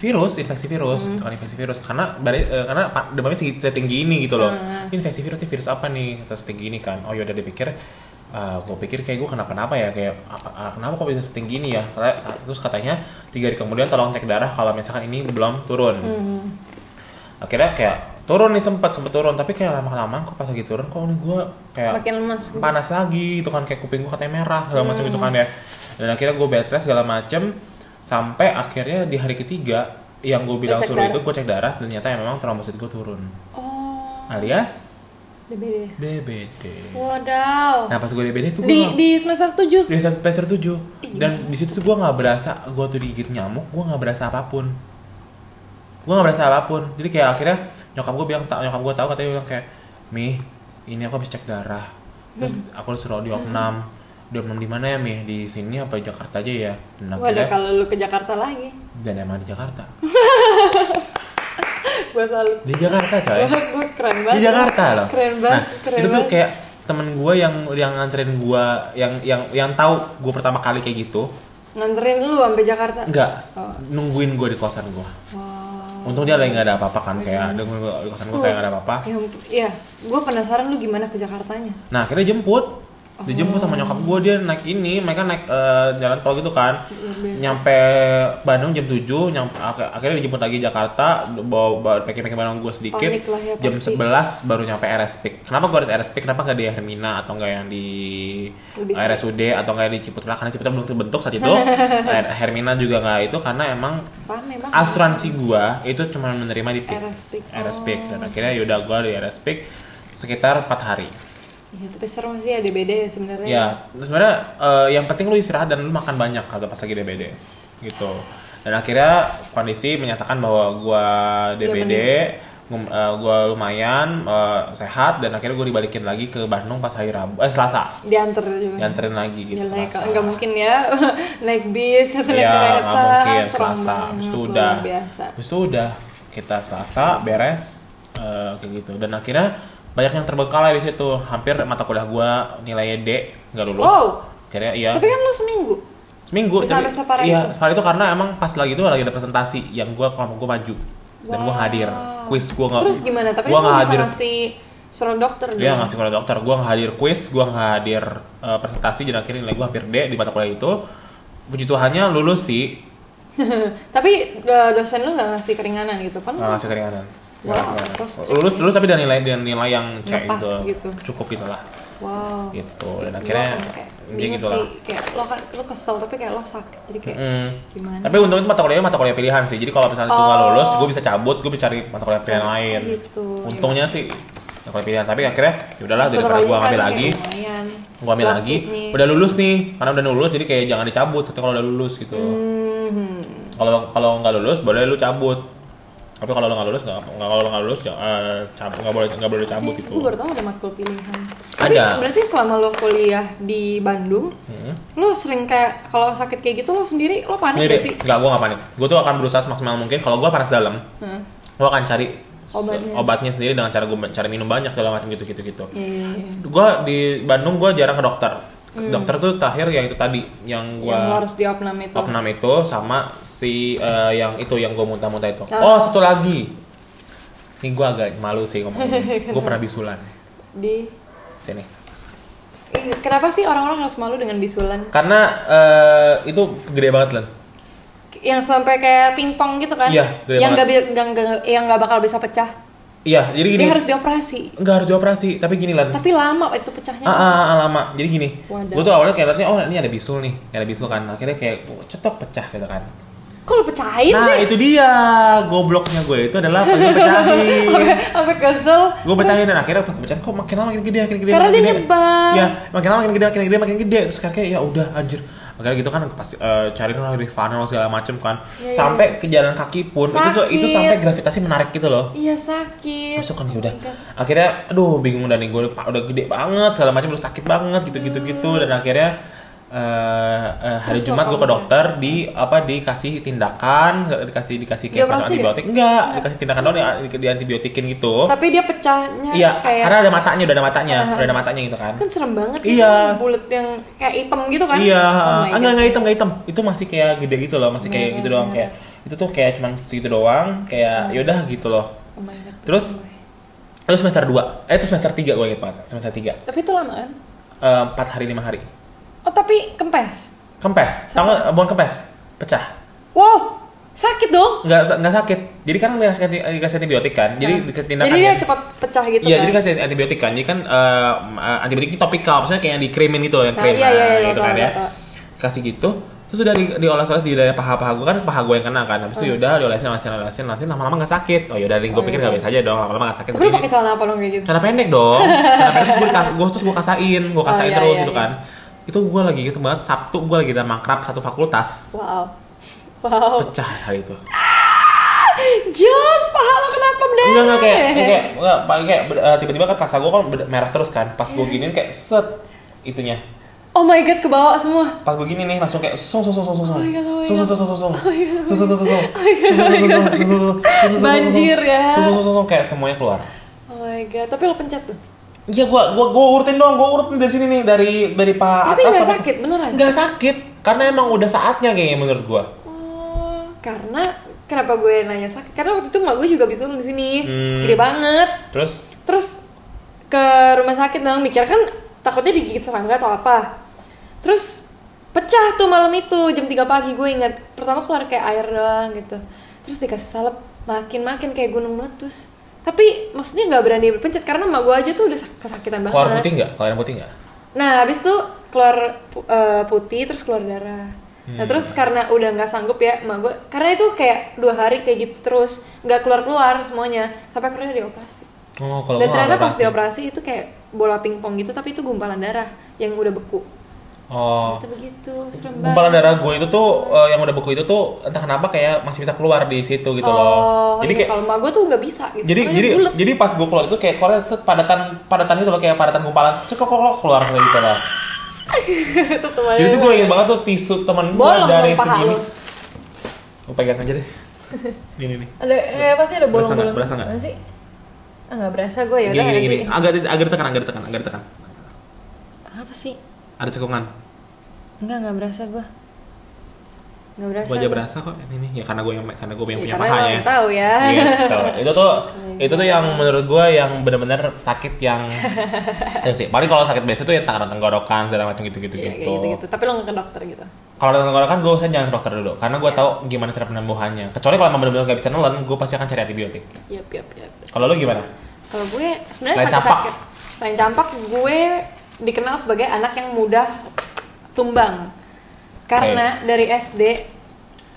Speaker 2: virus infeksi virus bukan infeksi virus karena badai- eh, karena pa- demamnya segi- setinggi ini gitu loh Ini infeksi virus ini virus apa nih terus setinggi ini kan oh yaudah dipikir gue pikir kayak gue kenapa-napa ya kayak apa- ah, kenapa kok bisa setinggi ini ya Kata- terus katanya tiga hari kemudian tolong cek darah kalau misalkan ini belum turun akhirnya kayak turun nih sempat sempat turun tapi kayak lama-lama kok pas lagi turun kok ini gue kayak
Speaker 1: Makin lemas.
Speaker 2: panas lagi itu kan kayak kuping gue katanya merah segala macam gitu kan ya dan akhirnya gue bed rest segala macam sampai akhirnya di hari ketiga yang gue bilang
Speaker 1: cek
Speaker 2: suruh
Speaker 1: darah.
Speaker 2: itu gue cek darah dan ternyata ya memang trombosit gue turun
Speaker 1: Oh,
Speaker 2: alias
Speaker 1: DBD.
Speaker 2: DBD
Speaker 1: Wadaw.
Speaker 2: nah pas gue DBD tuh gue
Speaker 1: Di di semester 7.
Speaker 2: di semester 7
Speaker 1: Iya.
Speaker 2: dan di situ tuh gue nggak berasa gue tuh digigit nyamuk gue nggak berasa apapun gue nggak berasa apapun jadi kayak akhirnya nyokap gue bilang tak nyokap gue tahu katanya bilang kayak mi ini aku habis cek darah terus
Speaker 1: Hmm.
Speaker 2: aku disuruh di opnam di opnam di mana ya mi di sini apa di Jakarta aja ya dan
Speaker 1: Wadah
Speaker 2: akhirnya
Speaker 1: kalau lu ke Jakarta lagi.
Speaker 2: dan emang di Jakarta
Speaker 1: Gua selalu
Speaker 2: di Jakarta coy
Speaker 1: Gua keren banget.
Speaker 2: di Jakarta loh.
Speaker 1: Keren banget,
Speaker 2: Nah,
Speaker 1: keren
Speaker 2: itu tuh
Speaker 1: banget.
Speaker 2: kayak temen gue yang yang nganterin gue yang yang yang tahu gue pertama kali kayak gitu
Speaker 1: Nganterin lu sampai Jakarta.
Speaker 2: enggak
Speaker 1: Oh.
Speaker 2: nungguin gue di kosan gue.
Speaker 1: Wow.
Speaker 2: Untung dia lagi nggak ada apa-apa kan kayak ada gua- di kosan gue kayak nggak ada apa-apa.
Speaker 1: Ya, ampun. ya gue penasaran lu gimana ke Jakartanya.
Speaker 2: Nah akhirnya jemput, dijemput sama nyokap gue dia naik ini, mereka naik eh, jalan tol gitu kan,
Speaker 1: Iya,
Speaker 2: nyampe Bandung jam 7, nyampe, ak- akhirnya dijemput lagi Jakarta, bawa, bawa packing-packing barang gue sedikit,
Speaker 1: Panik lah ya,
Speaker 2: jam
Speaker 1: pasti.
Speaker 2: 11 baru nyampe RS Peak. Kenapa gue harus RS Peak? Kenapa nggak di Hermina atau nggak yang di
Speaker 1: Lebih sini.
Speaker 2: RSUD atau nggak di Ciputra? Karena Ciputra belum terbentuk saat itu, Her- Hermina juga nggak itu karena emang
Speaker 1: Paham memang.
Speaker 2: asuransi gua itu cuma menerima di Peak.
Speaker 1: RS Peak.
Speaker 2: RS Peak. dan akhirnya yaudah gua di RS Peak sekitar 4 hari.
Speaker 1: Ya, tapi seru sih ya DBD ya sebenarnya.
Speaker 2: Ya, terus sebenarnya eh, yang penting lu istirahat dan lu makan banyak kalau pas lagi DBD. Gitu. Dan akhirnya kondisi menyatakan bahwa gua DBD gua- eh, gua lumayan eh, sehat dan akhirnya gua dibalikin lagi ke Bandung pas hari Rabu eh Selasa.
Speaker 1: Diantar juga.
Speaker 2: Dianterin lagi gitu.
Speaker 1: Ya, naik,
Speaker 2: Selasa.
Speaker 1: nggak mungkin ya naik bis atau naik
Speaker 2: Iya,
Speaker 1: kereta
Speaker 2: nggak mungkin
Speaker 1: serem
Speaker 2: Selasa.
Speaker 1: banget,
Speaker 2: Habis itu
Speaker 1: luar
Speaker 2: udah.
Speaker 1: biasa
Speaker 2: Habis itu udah kita Selasa beres eh, kayak gitu. Dan akhirnya banyak yang terbengkalai di situ. Hampir mata kuliah gua nilainya D, nggak lulus.
Speaker 1: Wow.
Speaker 2: Akhirnya iya.
Speaker 1: tapi kan lu seminggu
Speaker 2: Seminggu
Speaker 1: Bisa sampai separah
Speaker 2: iya,
Speaker 1: itu?
Speaker 2: separah itu karena emang pas lagi itu lagi ada presentasi yang gua kelompok gua maju dan gua
Speaker 1: Wow.
Speaker 2: hadir. Kuis gua nggak
Speaker 1: terus gimana tapi
Speaker 2: gua
Speaker 1: lu
Speaker 2: nggak
Speaker 1: bisa
Speaker 2: hadir.
Speaker 1: ngasih surat dokter
Speaker 2: Dia
Speaker 1: dong.
Speaker 2: ngasih kuliah dokter, gua nggak hadir kuis, gua nggak hadir eh, presentasi dan akhirnya nilai gua hampir D di mata kuliah itu. Puji Tuhannya lulus sih,
Speaker 1: tapi eh, dosen lu nggak ngasih keringanan gitu kan
Speaker 2: Nggak ngasih keringanan. Nggak
Speaker 1: Wow,
Speaker 2: ngasih keringanan.
Speaker 1: so strict.
Speaker 2: Lulus lulus tapi dengan nilai dengan nilai yang C
Speaker 1: Ngepas
Speaker 2: gitu.
Speaker 1: gitu.
Speaker 2: Cukup gitu lah.
Speaker 1: wow
Speaker 2: Gitu. Dan
Speaker 1: Gua
Speaker 2: akhirnya
Speaker 1: kan kayak
Speaker 2: dia
Speaker 1: bingung
Speaker 2: gitu
Speaker 1: sih
Speaker 2: lah.
Speaker 1: kayak lo kan lo kesel tapi kayak lo sakit jadi kayak
Speaker 2: Mm.
Speaker 1: gimana
Speaker 2: Tapi untung itu mata kuliahnya mata kuliah pilihan sih. Jadi kalau misalnya itu nggak
Speaker 1: Oh.
Speaker 2: lulus, gue bisa cabut, gue bisa cari mata kuliah pilihan lain.
Speaker 1: gitu.
Speaker 2: Untungnya sih mata kuliah pilihan. Tapi akhirnya ya udahlah
Speaker 1: Tetep
Speaker 2: daripada
Speaker 1: aja
Speaker 2: gue
Speaker 1: kan
Speaker 2: ngambil
Speaker 1: kayak
Speaker 2: lagi,
Speaker 1: lumayan
Speaker 2: gue ambil lagi.
Speaker 1: waktunya.
Speaker 2: Udah lulus nih, karena udah lulus jadi kayak jangan dicabut. Tapi kalau udah lulus gitu.
Speaker 1: Mhm.
Speaker 2: Kalau kalau nggak lulus boleh lu cabut. Tapi kalau lo nggak lulus nggak nggak- kalau lo nggak lulus jangan- eh, cabut nggak boleh nggak boleh cabut
Speaker 1: Eh,
Speaker 2: gitu.
Speaker 1: Gue baru tau ada matkul pilihan.
Speaker 2: Ada.
Speaker 1: Tapi berarti selama lo kuliah di Bandung,
Speaker 2: Hmm.
Speaker 1: lo sering kayak kalau sakit kayak gitu lo sendiri lo panik
Speaker 2: Sendiri.
Speaker 1: gak sih?
Speaker 2: Enggak, gue gak panik. Gue tuh akan berusaha semaksimal mungkin. Kalau gue panas dalam,
Speaker 1: Heeh.
Speaker 2: gue akan cari se-
Speaker 1: Obatnya.
Speaker 2: obatnya sendiri dengan cara gue cari minum banyak segala macam gitu gitu gitu.
Speaker 1: Iya, iya, iya.
Speaker 2: Gue di Bandung gue jarang ke dokter. Dokter tuh terakhir ya itu tadi yang
Speaker 1: Hmm.
Speaker 2: gue
Speaker 1: Yang lo harus diopnam itu.
Speaker 2: opnam itu sama si eh, yang itu yang gue muntah-muntah itu.
Speaker 1: Ah.
Speaker 2: Oh satu lagi. Ini gue agak malu sih ngomongin. gue pernah bisulan.
Speaker 1: Di
Speaker 2: Sini.
Speaker 1: Eh, Kenapa sih orang-orang harus malu dengan bisulan?
Speaker 2: Karena eh, itu gede banget Len.
Speaker 1: Yang sampai kayak pingpong gitu kan?
Speaker 2: Iya, gede
Speaker 1: yang
Speaker 2: banget.
Speaker 1: gak, bi- nggak- nggak- yang nggak bakal bisa pecah.
Speaker 2: Iya, jadi gini.
Speaker 1: Dia harus dioperasi.
Speaker 2: Nggak harus dioperasi, tapi gini Len.
Speaker 1: Tapi lama itu pecahnya.
Speaker 2: Ah, ah, ah, lama. Jadi gini,
Speaker 1: Wadah.
Speaker 2: gue tuh awalnya kayak liatnya, oh ini ada bisul nih, ada bisul kan. Akhirnya kayak oh, cetok pecah gitu kan.
Speaker 1: Kok lo pecahin
Speaker 2: Nah
Speaker 1: Iya sih?
Speaker 2: itu dia, gobloknya gue itu adalah pengen pecahin.
Speaker 1: Sampai- Sampai kesel.
Speaker 2: gue pecahin dan akhirnya pas pecahin kok makin lama makin gede makin gede
Speaker 1: Karena
Speaker 2: makin
Speaker 1: dia
Speaker 2: gede.
Speaker 1: nyebar.
Speaker 2: ya makin lama makin gede makin gede makin gede terus kayak ya udah anjir makanya gitu kan pasti eh, cari lah di funnel segala macem kan
Speaker 1: Iya, iya.
Speaker 2: sampai ke jalan kaki pun itu tuh- itu
Speaker 1: Sakit.
Speaker 2: sampai gravitasi menarik gitu loh
Speaker 1: Iya sakit.
Speaker 2: masuk kan ya udah akhirnya aduh bingung dan gue udah, udah gede banget segala macam udah sakit banget gitu gitu gitu dan akhirnya eh, eh, hari
Speaker 1: Hmm. Terus
Speaker 2: Jumat
Speaker 1: lo
Speaker 2: gue ke
Speaker 1: kamu
Speaker 2: dokter di apa dikasih tindakan dikasih dikasih kayak semacam
Speaker 1: Dioperasi ya?
Speaker 2: antibiotik enggak dikasih tindakan doang ya, di, di antibiotikin gitu
Speaker 1: Tapi dia pecahnya
Speaker 2: iya
Speaker 1: kayak
Speaker 2: karena ada matanya udah ada matanya udah ada matanya gitu kan
Speaker 1: kan serem banget
Speaker 2: Iya.
Speaker 1: itu bulat yang kayak item gitu kan.
Speaker 2: Iya,
Speaker 1: Oh my
Speaker 2: ah,
Speaker 1: God. Iya,
Speaker 2: enggak enggak hitam enggak hitam. Itu masih kayak gede gitu loh, masih kayak gitu doang kayak. Itu tuh kayak cuman segitu doang,
Speaker 1: Hmm.
Speaker 2: kayak yaudah gitu loh.
Speaker 1: Oh my God,
Speaker 2: Terus?
Speaker 1: gue.
Speaker 2: Itu semester 2. Eh itu semester 3 gue inget banget, semester 3.
Speaker 1: Tapi itu lama kan?
Speaker 2: Eh 4 hari 5 hari.
Speaker 1: Oh tapi kempes.
Speaker 2: Kempes. Tahu enggak bukan kempes, pecah.
Speaker 1: Wow sakit dong.
Speaker 2: Enggak enggak sakit. Jadi kan dikasih, dikasih antibiotik kan. Jadi
Speaker 1: Nah.
Speaker 2: dikasih
Speaker 1: Jadi
Speaker 2: tindakan.
Speaker 1: dia
Speaker 2: kan.
Speaker 1: cepat pecah gitu
Speaker 2: Iya,
Speaker 1: kan.
Speaker 2: jadi kan antibiotik kan. Jadi kan eh, eh, antibiotik itu topikal, maksudnya kayak yang dikremin gitu loh, yang
Speaker 1: Nah,
Speaker 2: krim
Speaker 1: iya, iya,
Speaker 2: nah,
Speaker 1: iya,
Speaker 2: gitu
Speaker 1: tau,
Speaker 2: kan ya.
Speaker 1: tau, tau.
Speaker 2: Kasih gitu, terus udah di, dioles-oles di daerah paha-paha gue kan paha gue yang kena kan. Habis
Speaker 1: Hmm.
Speaker 2: itu yaudah diolesin, olesin, olesin, olesin lama-lama gak sakit. Oh yaudah, gue pikir gak biasa aja dong, lama-lama gak sakit.
Speaker 1: Iya, Tapi lu
Speaker 2: Begini.
Speaker 1: pakai celana apa dong kayak gitu?
Speaker 2: Karena pendek dong. Karena pendek terus gue kas, gua- terus gue kasain, gue kasain
Speaker 1: iya,
Speaker 2: terus
Speaker 1: iya,
Speaker 2: gitu
Speaker 1: iya.
Speaker 2: kan. Itu gue lagi gitu banget Sabtu gue lagi dalam makrab satu fakultas
Speaker 1: Wow. Wow.
Speaker 2: pecah hari itu.
Speaker 1: Jos, paha lo kenapa berdarah?
Speaker 2: Enggak enggak kayak
Speaker 1: Eh.
Speaker 2: kayak enggak paling kayak eh, tiba-tiba kan kasa gue kan ber- merah terus kan. Pas gue giniin kayak set itunya
Speaker 1: Oh my god, kebawa semua.
Speaker 2: pas gue gini nih langsung kayak sung sung sung sung sung sung
Speaker 1: Oh my God, oh my oh
Speaker 2: sung sung sung sung sung sung sung sung sung sung sung
Speaker 1: Banjir ya.
Speaker 2: sung sung sung sung kayak semuanya keluar
Speaker 1: Oh my god, tapi lo pencet tuh.
Speaker 2: iya gue gue gue urutin dong gue urutin dari sini nih dari dari paha
Speaker 1: Tapi
Speaker 2: atas
Speaker 1: nggak
Speaker 2: sampai-
Speaker 1: sakit beneran.
Speaker 2: nggak sakit karena emang udah saatnya kayaknya menurut gue
Speaker 1: Oh, karena kenapa gue nanya sakit? Karena waktu itu mak gue juga bisul di sini,
Speaker 2: Hmm.
Speaker 1: gede banget.
Speaker 2: terus
Speaker 1: Terus ke rumah sakit dong mikir kan takutnya digigit serangga atau apa. Terus pecah tuh malam itu jam 3 pagi gue ingat pertama keluar kayak air doang gitu terus dikasih salep makin makin kayak gunung meletus tapi maksudnya nggak berani pencet karena mak gue aja tuh udah sak- kesakitan banget
Speaker 2: keluar putih nggak keluar putih nggak
Speaker 1: Nah, habis itu keluar pu- eh, putih terus keluar darah. Nah,
Speaker 2: Hmm.
Speaker 1: terus karena udah nggak sanggup ya emak gue. Karena itu kayak dua hari kayak gitu terus, nggak keluar-keluar semuanya sampai akhirnya dioperasi.
Speaker 2: oh kalau
Speaker 1: Dan
Speaker 2: gua
Speaker 1: ternyata
Speaker 2: nggak
Speaker 1: pas
Speaker 2: operasi.
Speaker 1: dioperasi itu kayak bola pingpong gitu tapi itu gumpalan darah yang udah beku.
Speaker 2: oh
Speaker 1: Itu begitu, serem banget.
Speaker 2: gumpalan darah gue itu tuh eh, yang udah beku itu tuh entah kenapa kayak masih bisa keluar di situ gitu
Speaker 1: Oh,
Speaker 2: loh jadi kayak
Speaker 1: kalau emak gue tuh nggak bisa gitu.
Speaker 2: jadi
Speaker 1: Makanya
Speaker 2: jadi
Speaker 1: bulet.
Speaker 2: jadi pas gue keluar itu kayak keluar set padatan padatan itu loh kayak padatan gumpalan cekok kok keluar kayak gitu loh
Speaker 1: itu temannya.
Speaker 2: jadi itu gue inget banget tuh tisu temen gue
Speaker 1: bolong
Speaker 2: dari
Speaker 1: dong paha
Speaker 2: segini
Speaker 1: lu.
Speaker 2: gue pegang aja deh ini nih
Speaker 1: Ada eh, pasti ada
Speaker 2: Berasa nggak?
Speaker 1: bolong-bolong.
Speaker 2: Berasa nggak?
Speaker 1: Mana sih? Ah, nggak berasa gue ya
Speaker 2: gini
Speaker 1: udah
Speaker 2: gini,
Speaker 1: nanti.
Speaker 2: gini. agak di- agak ditekan agak ditekan agak ditekan
Speaker 1: Apa sih?
Speaker 2: ada cekungan
Speaker 1: Enggak, enggak berasa gua. Enggak berasa.
Speaker 2: gue aja
Speaker 1: gua.
Speaker 2: berasa kok ini nih ya karena gue yang karena gue yang
Speaker 1: Ya,
Speaker 2: punya
Speaker 1: karena
Speaker 2: paha
Speaker 1: emang
Speaker 2: ya
Speaker 1: Tahu ya.
Speaker 2: gitu. itu tuh itu tuh yang menurut gue yang benar-benar sakit yang itu sih paling kalau sakit biasa tuh ya tangan tenggorokan segala macam gitu gitu
Speaker 1: Iya, kayak
Speaker 2: gitu
Speaker 1: gitu-gitu. Tapi lo nggak ke dokter gitu.
Speaker 2: kalau datang tenggorokan gue usah jangan ke dokter dulu karena
Speaker 1: Iya.
Speaker 2: gue tahu gimana cara penyembuhannya kecuali kalau emang benar-benar gak bisa nelen gue pasti akan cari antibiotik
Speaker 1: Yap, yap, yap.
Speaker 2: kalau lu gimana
Speaker 1: Kalau gue sebenarnya
Speaker 2: Selain
Speaker 1: sakit-sakit. Selain campak, gue dikenal sebagai anak yang mudah tumbang. Karena dari SD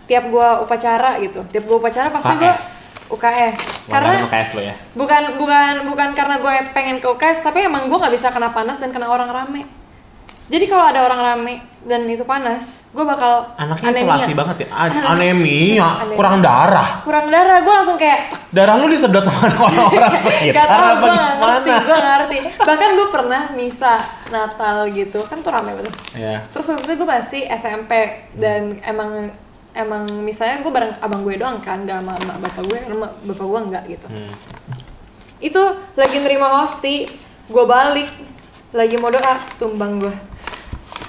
Speaker 1: tiap gua upacara gitu, tiap gua upacara pasti gua
Speaker 2: UKS.
Speaker 1: UKS.
Speaker 2: karena
Speaker 1: Karena
Speaker 2: KS lo ya
Speaker 1: bukan bukan bukan karena gue pengen ke UKS tapi emang gue nggak bisa kena panas dan kena orang rame jadi kalau ada orang rame dan itu panas gue bakal
Speaker 2: anaknya
Speaker 1: anemia.
Speaker 2: isolasi banget ya A- anemia kurang darah
Speaker 1: kurang darah gue langsung kayak "Tek,
Speaker 2: darah lu disedot sama orang-orang
Speaker 1: Gak
Speaker 2: sekitar
Speaker 1: tau,
Speaker 2: apa
Speaker 1: gue gak ngerti,
Speaker 2: gimana
Speaker 1: gue ngerti Bahkan gue pernah misa Natal gitu, kan tuh rame banget
Speaker 2: Iya.
Speaker 1: Terus waktu itu gue masih SMP Dan emang emang misalnya gue bareng abang gue doang kan Gak sama emak bapak gue, karena emak bapak gue enggak gitu Itu lagi nerima hosti, gue balik Lagi mau doa, tumbang gue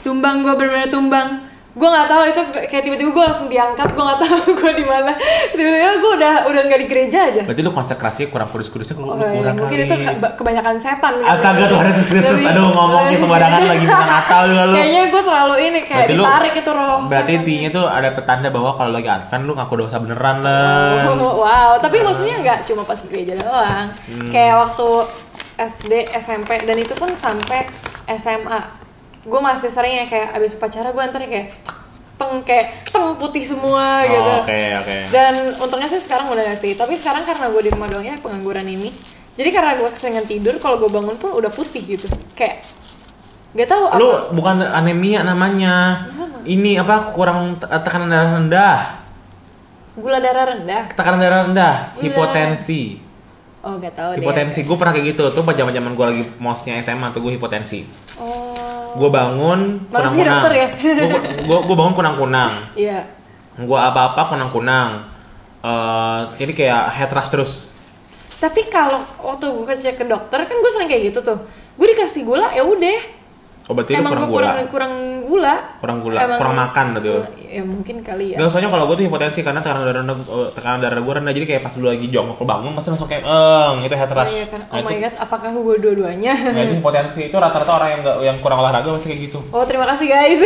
Speaker 1: Tumbang gue bener-bener tumbang gue nggak tahu itu kayak tiba-tiba gue langsung diangkat gue nggak tahu gue di mana tiba-tiba gue udah udah nggak di gereja aja
Speaker 2: berarti lu konsekrasinya kurang kudus-kudusnya lu, lu
Speaker 1: Oh, iya.
Speaker 2: kurang
Speaker 1: mungkin
Speaker 2: kali
Speaker 1: itu ke- kebanyakan setan gitu.
Speaker 2: Astaga Tuhan Yesus Kristus,
Speaker 1: Lebih-
Speaker 2: aduh ngomongnya sembarangan lagi bisa Natal juga lu.
Speaker 1: Kayaknya gue terlalu ini kayak
Speaker 2: lu-
Speaker 1: ditarik gitu, itu roh.
Speaker 2: Berarti
Speaker 1: setan.
Speaker 2: intinya tuh ada petanda bahwa kalau lagi Advent lu ngaku dosa beneran lah.
Speaker 1: Wow, tapi maksudnya nggak cuma pas gereja doang.
Speaker 2: Hmm.
Speaker 1: Kayak waktu SD, SMP dan itu pun sampai SMA. Gue masih sering ya kayak abis upacara gue antar kayak tek, teng kayak teng putih semua gitu.
Speaker 2: Oh, Oke oke.
Speaker 1: Dan untungnya sih sekarang udah gak sih. Tapi sekarang karena gue di rumah doang ya pengangguran ini. Jadi karena gue keseringan tidur, kalau gue bangun pun udah putih gitu. Kayak gak tahu
Speaker 2: Lu
Speaker 1: apa.
Speaker 2: bukan anemia namanya.
Speaker 1: Enggak,
Speaker 2: ini apa kurang te- eh, tekanan darah rendah
Speaker 1: Gula darah rendah.
Speaker 2: tekanan darah rendah
Speaker 1: Gula.
Speaker 2: hipotensi
Speaker 1: Oh, gak tahu deh.
Speaker 2: hipotensi gue pernah kayak gitu tuh pas zaman zaman gue lagi mosnya SMA tuh gue hipotensi
Speaker 1: Oh.
Speaker 2: gue bangun kunang
Speaker 1: Makasih
Speaker 2: kunang
Speaker 1: dokter ya.
Speaker 2: gue gue bangun kunang kunang
Speaker 1: Iya.
Speaker 2: gue apa apa kunang kunang Eh, jadi kayak head rush terus
Speaker 1: Tapi kalau waktu gue cek ke dokter kan gue sering kayak gitu tuh. Gue dikasih gula ya udah.
Speaker 2: obatnya itu
Speaker 1: Emang gue
Speaker 2: Oh, kurang gula
Speaker 1: kurang kurang gula.
Speaker 2: kurang gula
Speaker 1: Emang-
Speaker 2: kurang makan gitu
Speaker 1: Ya mungkin kali ya.
Speaker 2: Nggak, soalnya kalau gue tuh hipotensi karena tekanan darah rendah, eh, tekanan darah gue rendah jadi kayak pas lu lagi jongkok lu bangun pasti langsung kayak eng itu head
Speaker 1: Oh,
Speaker 2: rush.
Speaker 1: iya kan.
Speaker 2: Nah,
Speaker 1: Oh
Speaker 2: itu
Speaker 1: my god, apakah gue dua-duanya?
Speaker 2: Nah, itu hipotensi itu rata-rata orang yang nggak yang kurang olahraga masih kayak gitu.
Speaker 1: Oh terima kasih guys.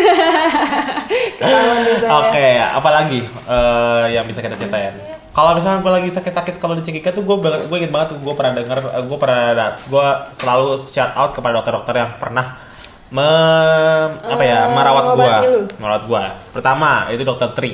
Speaker 1: Ketahuan deh
Speaker 2: Oke,
Speaker 1: saya.
Speaker 2: apalagi eh, yang bisa
Speaker 1: Iya.
Speaker 2: kita ceritain. Kalau misalnya gue lagi sakit-sakit kalau di Cikika tuh gue gue inget banget tuh gue pernah denger gue pernah dat- gue selalu shout out kepada dokter-dokter yang pernah me, apa ya
Speaker 1: Eh,
Speaker 2: merawat gue
Speaker 1: mengobati lu.
Speaker 2: merawat gue. Pertama itu dokter Tri.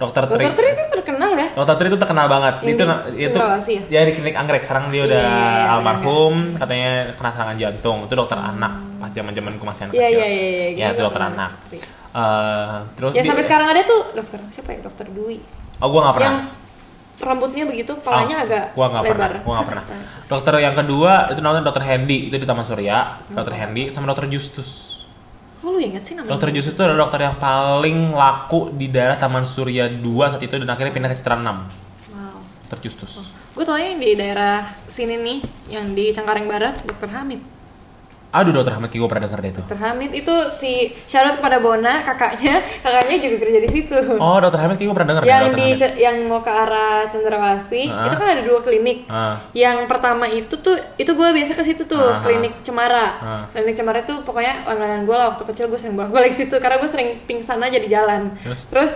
Speaker 2: Dokter Tri.
Speaker 1: Dokter Tri itu terkenal ya.
Speaker 2: Dokter Tri itu terkenal banget.
Speaker 1: Yang
Speaker 2: itu
Speaker 1: di
Speaker 2: itu
Speaker 1: Cendrawasih
Speaker 2: ya? di klinik anggrek. Sekarang dia udah
Speaker 1: Iya, iya, iya,
Speaker 2: almarhum, katanya kena serangan jantung. Itu dokter anak pas zaman-zaman gue masih anak
Speaker 1: Iya
Speaker 2: kecil.
Speaker 1: iya iya.
Speaker 2: Ya, itu dokter anak.
Speaker 1: Tri.
Speaker 2: Eh, terus
Speaker 1: Ya
Speaker 2: dia-
Speaker 1: sampai sekarang ada tuh dokter siapa ya dokter Dwi
Speaker 2: Oh, gue nggak pernah.
Speaker 1: yang rambutnya begitu, palanya
Speaker 2: Oh,
Speaker 1: agak
Speaker 2: gua nggak pernah.
Speaker 1: lebar. Nah.
Speaker 2: Gua nggak pernah. Dokter yang kedua itu namanya dokter Hendy, itu di Taman Surya. Dokter Hendy sama dokter Justus.
Speaker 1: Hmm. Kok lu inget sih namanya?
Speaker 2: Dokter Justus itu adalah dokter yang paling laku di daerah Taman Surya 2 saat itu dan akhirnya pindah ke Citra 6.
Speaker 1: Wow.
Speaker 2: Dokter Justus.
Speaker 1: Gue tau yang di daerah sini nih, yang di Cengkareng Barat, Dokter Hamid. Oh.
Speaker 2: Aduh, dokter Ahmad Ki gue pernah denger deh itu.
Speaker 1: Dokter Hamid itu si syarat kepada Bona, kakaknya, kakaknya juga kerja di situ.
Speaker 2: Oh, dokter Hamid kayaknya gue pernah denger deh,
Speaker 1: yang
Speaker 2: dokter
Speaker 1: di
Speaker 2: Hamid.
Speaker 1: Ce- yang mau ke arah Cendrawasih,
Speaker 2: Ah.
Speaker 1: itu kan ada dua klinik.
Speaker 2: Ah.
Speaker 1: Yang pertama itu tuh, itu gue biasa ke situ tuh,
Speaker 2: Ah.
Speaker 1: klinik Cemara.
Speaker 2: Ah.
Speaker 1: Klinik Cemara itu pokoknya langganan gue lah waktu kecil gue sering bolak-balik situ karena gue sering pingsan aja di jalan.
Speaker 2: Terus?
Speaker 1: Terus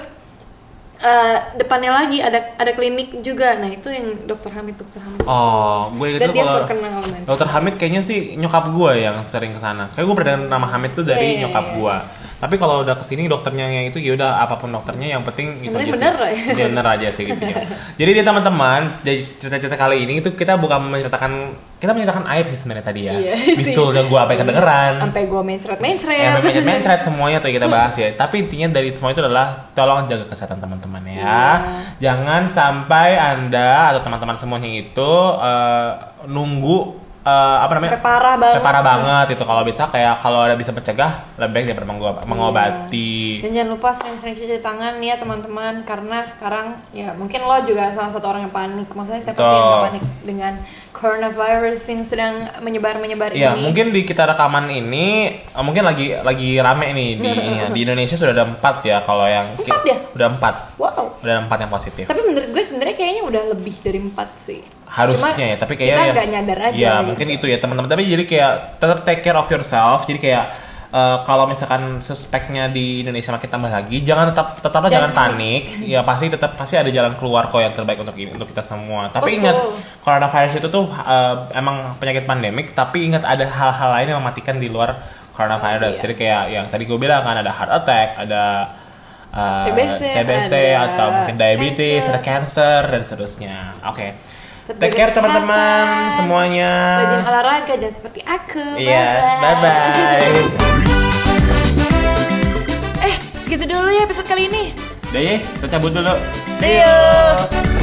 Speaker 1: eh, depannya lagi ada ada klinik juga. Nah, itu yang Dokter Hamid, Dokter Hamid.
Speaker 2: Oh, gue inget
Speaker 1: Dan
Speaker 2: tuh
Speaker 1: dia
Speaker 2: kalau
Speaker 1: terkenal men.
Speaker 2: dokter Hamid kayaknya sih nyokap gue yang sering kesana. Kayak gue pernah dengar nama Hamid tuh
Speaker 1: Iya,
Speaker 2: dari
Speaker 1: iya,
Speaker 2: nyokap
Speaker 1: iya.
Speaker 2: gue. Tapi kalau udah kesini dokternya yang itu ya udah apapun dokternya yang penting itu
Speaker 1: penting
Speaker 2: aja
Speaker 1: bener,
Speaker 2: sih. Bener aja sih gitu ya. Jadi dia teman-teman, jadi cerita-cerita kali ini itu kita bukan menceritakan kita menceritakan aib sih sebenarnya tadi ya.
Speaker 1: Iya sih.
Speaker 2: Bisul udah gue apa yang kedengeran.
Speaker 1: sampai gue mencret mencret
Speaker 2: Ya, mencret mencret semuanya tuh yang kita bahas ya. Tapi intinya dari semua itu adalah tolong jaga kesehatan teman-teman ya.
Speaker 1: Iya.
Speaker 2: Jangan sampai anda atau teman-teman semuanya itu eh, nunggu eh, apa namanya?
Speaker 1: Sampai parah banget.
Speaker 2: Sampai parah banget itu kalau bisa kayak kalau ada bisa mencegah lebih baik daripada mengob-
Speaker 1: Iya.
Speaker 2: mengobati.
Speaker 1: dan jangan lupa sering-sering cuci tangan ya teman-teman karena sekarang ya mungkin lo juga salah satu orang yang panik maksudnya siapa sih yang
Speaker 2: Betul.
Speaker 1: gak panik dengan coronavirus yang sedang menyebar menyebar
Speaker 2: Iya,
Speaker 1: ini
Speaker 2: mungkin di kita rekaman ini eh, mungkin lagi lagi rame nih di ya. di Indonesia sudah ada empat ya kalau yang
Speaker 1: Empat ya?
Speaker 2: udah empat
Speaker 1: wow
Speaker 2: udah ada empat yang positif.
Speaker 1: tapi menurut gue sebenarnya kayaknya udah lebih dari empat sih
Speaker 2: harusnya
Speaker 1: Cuma
Speaker 2: ya tapi kayaknya
Speaker 1: kita nggak nyadar aja
Speaker 2: ya
Speaker 1: gitu.
Speaker 2: mungkin itu ya teman-teman tapi jadi kayak tetap take care of yourself jadi kayak eh, kalau misalkan suspeknya di Indonesia makin tambah lagi jangan tetap tetaplah
Speaker 1: Jangan
Speaker 2: jangan panik ya pasti tetap pasti ada jalan keluar kok yang terbaik untuk ini untuk kita semua tapi
Speaker 1: Betul.
Speaker 2: ingat coronavirus itu tuh eh, emang penyakit pandemik tapi ingat ada hal-hal lain yang mematikan di luar coronavirus
Speaker 1: Iya.
Speaker 2: jadi kayak yang tadi gue bilang kan ada heart attack ada eh,
Speaker 1: TBC,
Speaker 2: TBC
Speaker 1: ada
Speaker 2: atau mungkin
Speaker 1: cancer.
Speaker 2: diabetes ada cancer dan seterusnya oke
Speaker 1: Tetap
Speaker 2: Take
Speaker 1: jaga
Speaker 2: care teman-teman
Speaker 1: kesehatan.
Speaker 2: semuanya.
Speaker 1: rajin olahraga jangan seperti aku
Speaker 2: Ah. Iya, bye bye.
Speaker 1: eh segitu dulu ya episode kali ini
Speaker 2: Udah ya, kita cabut dulu.
Speaker 1: see you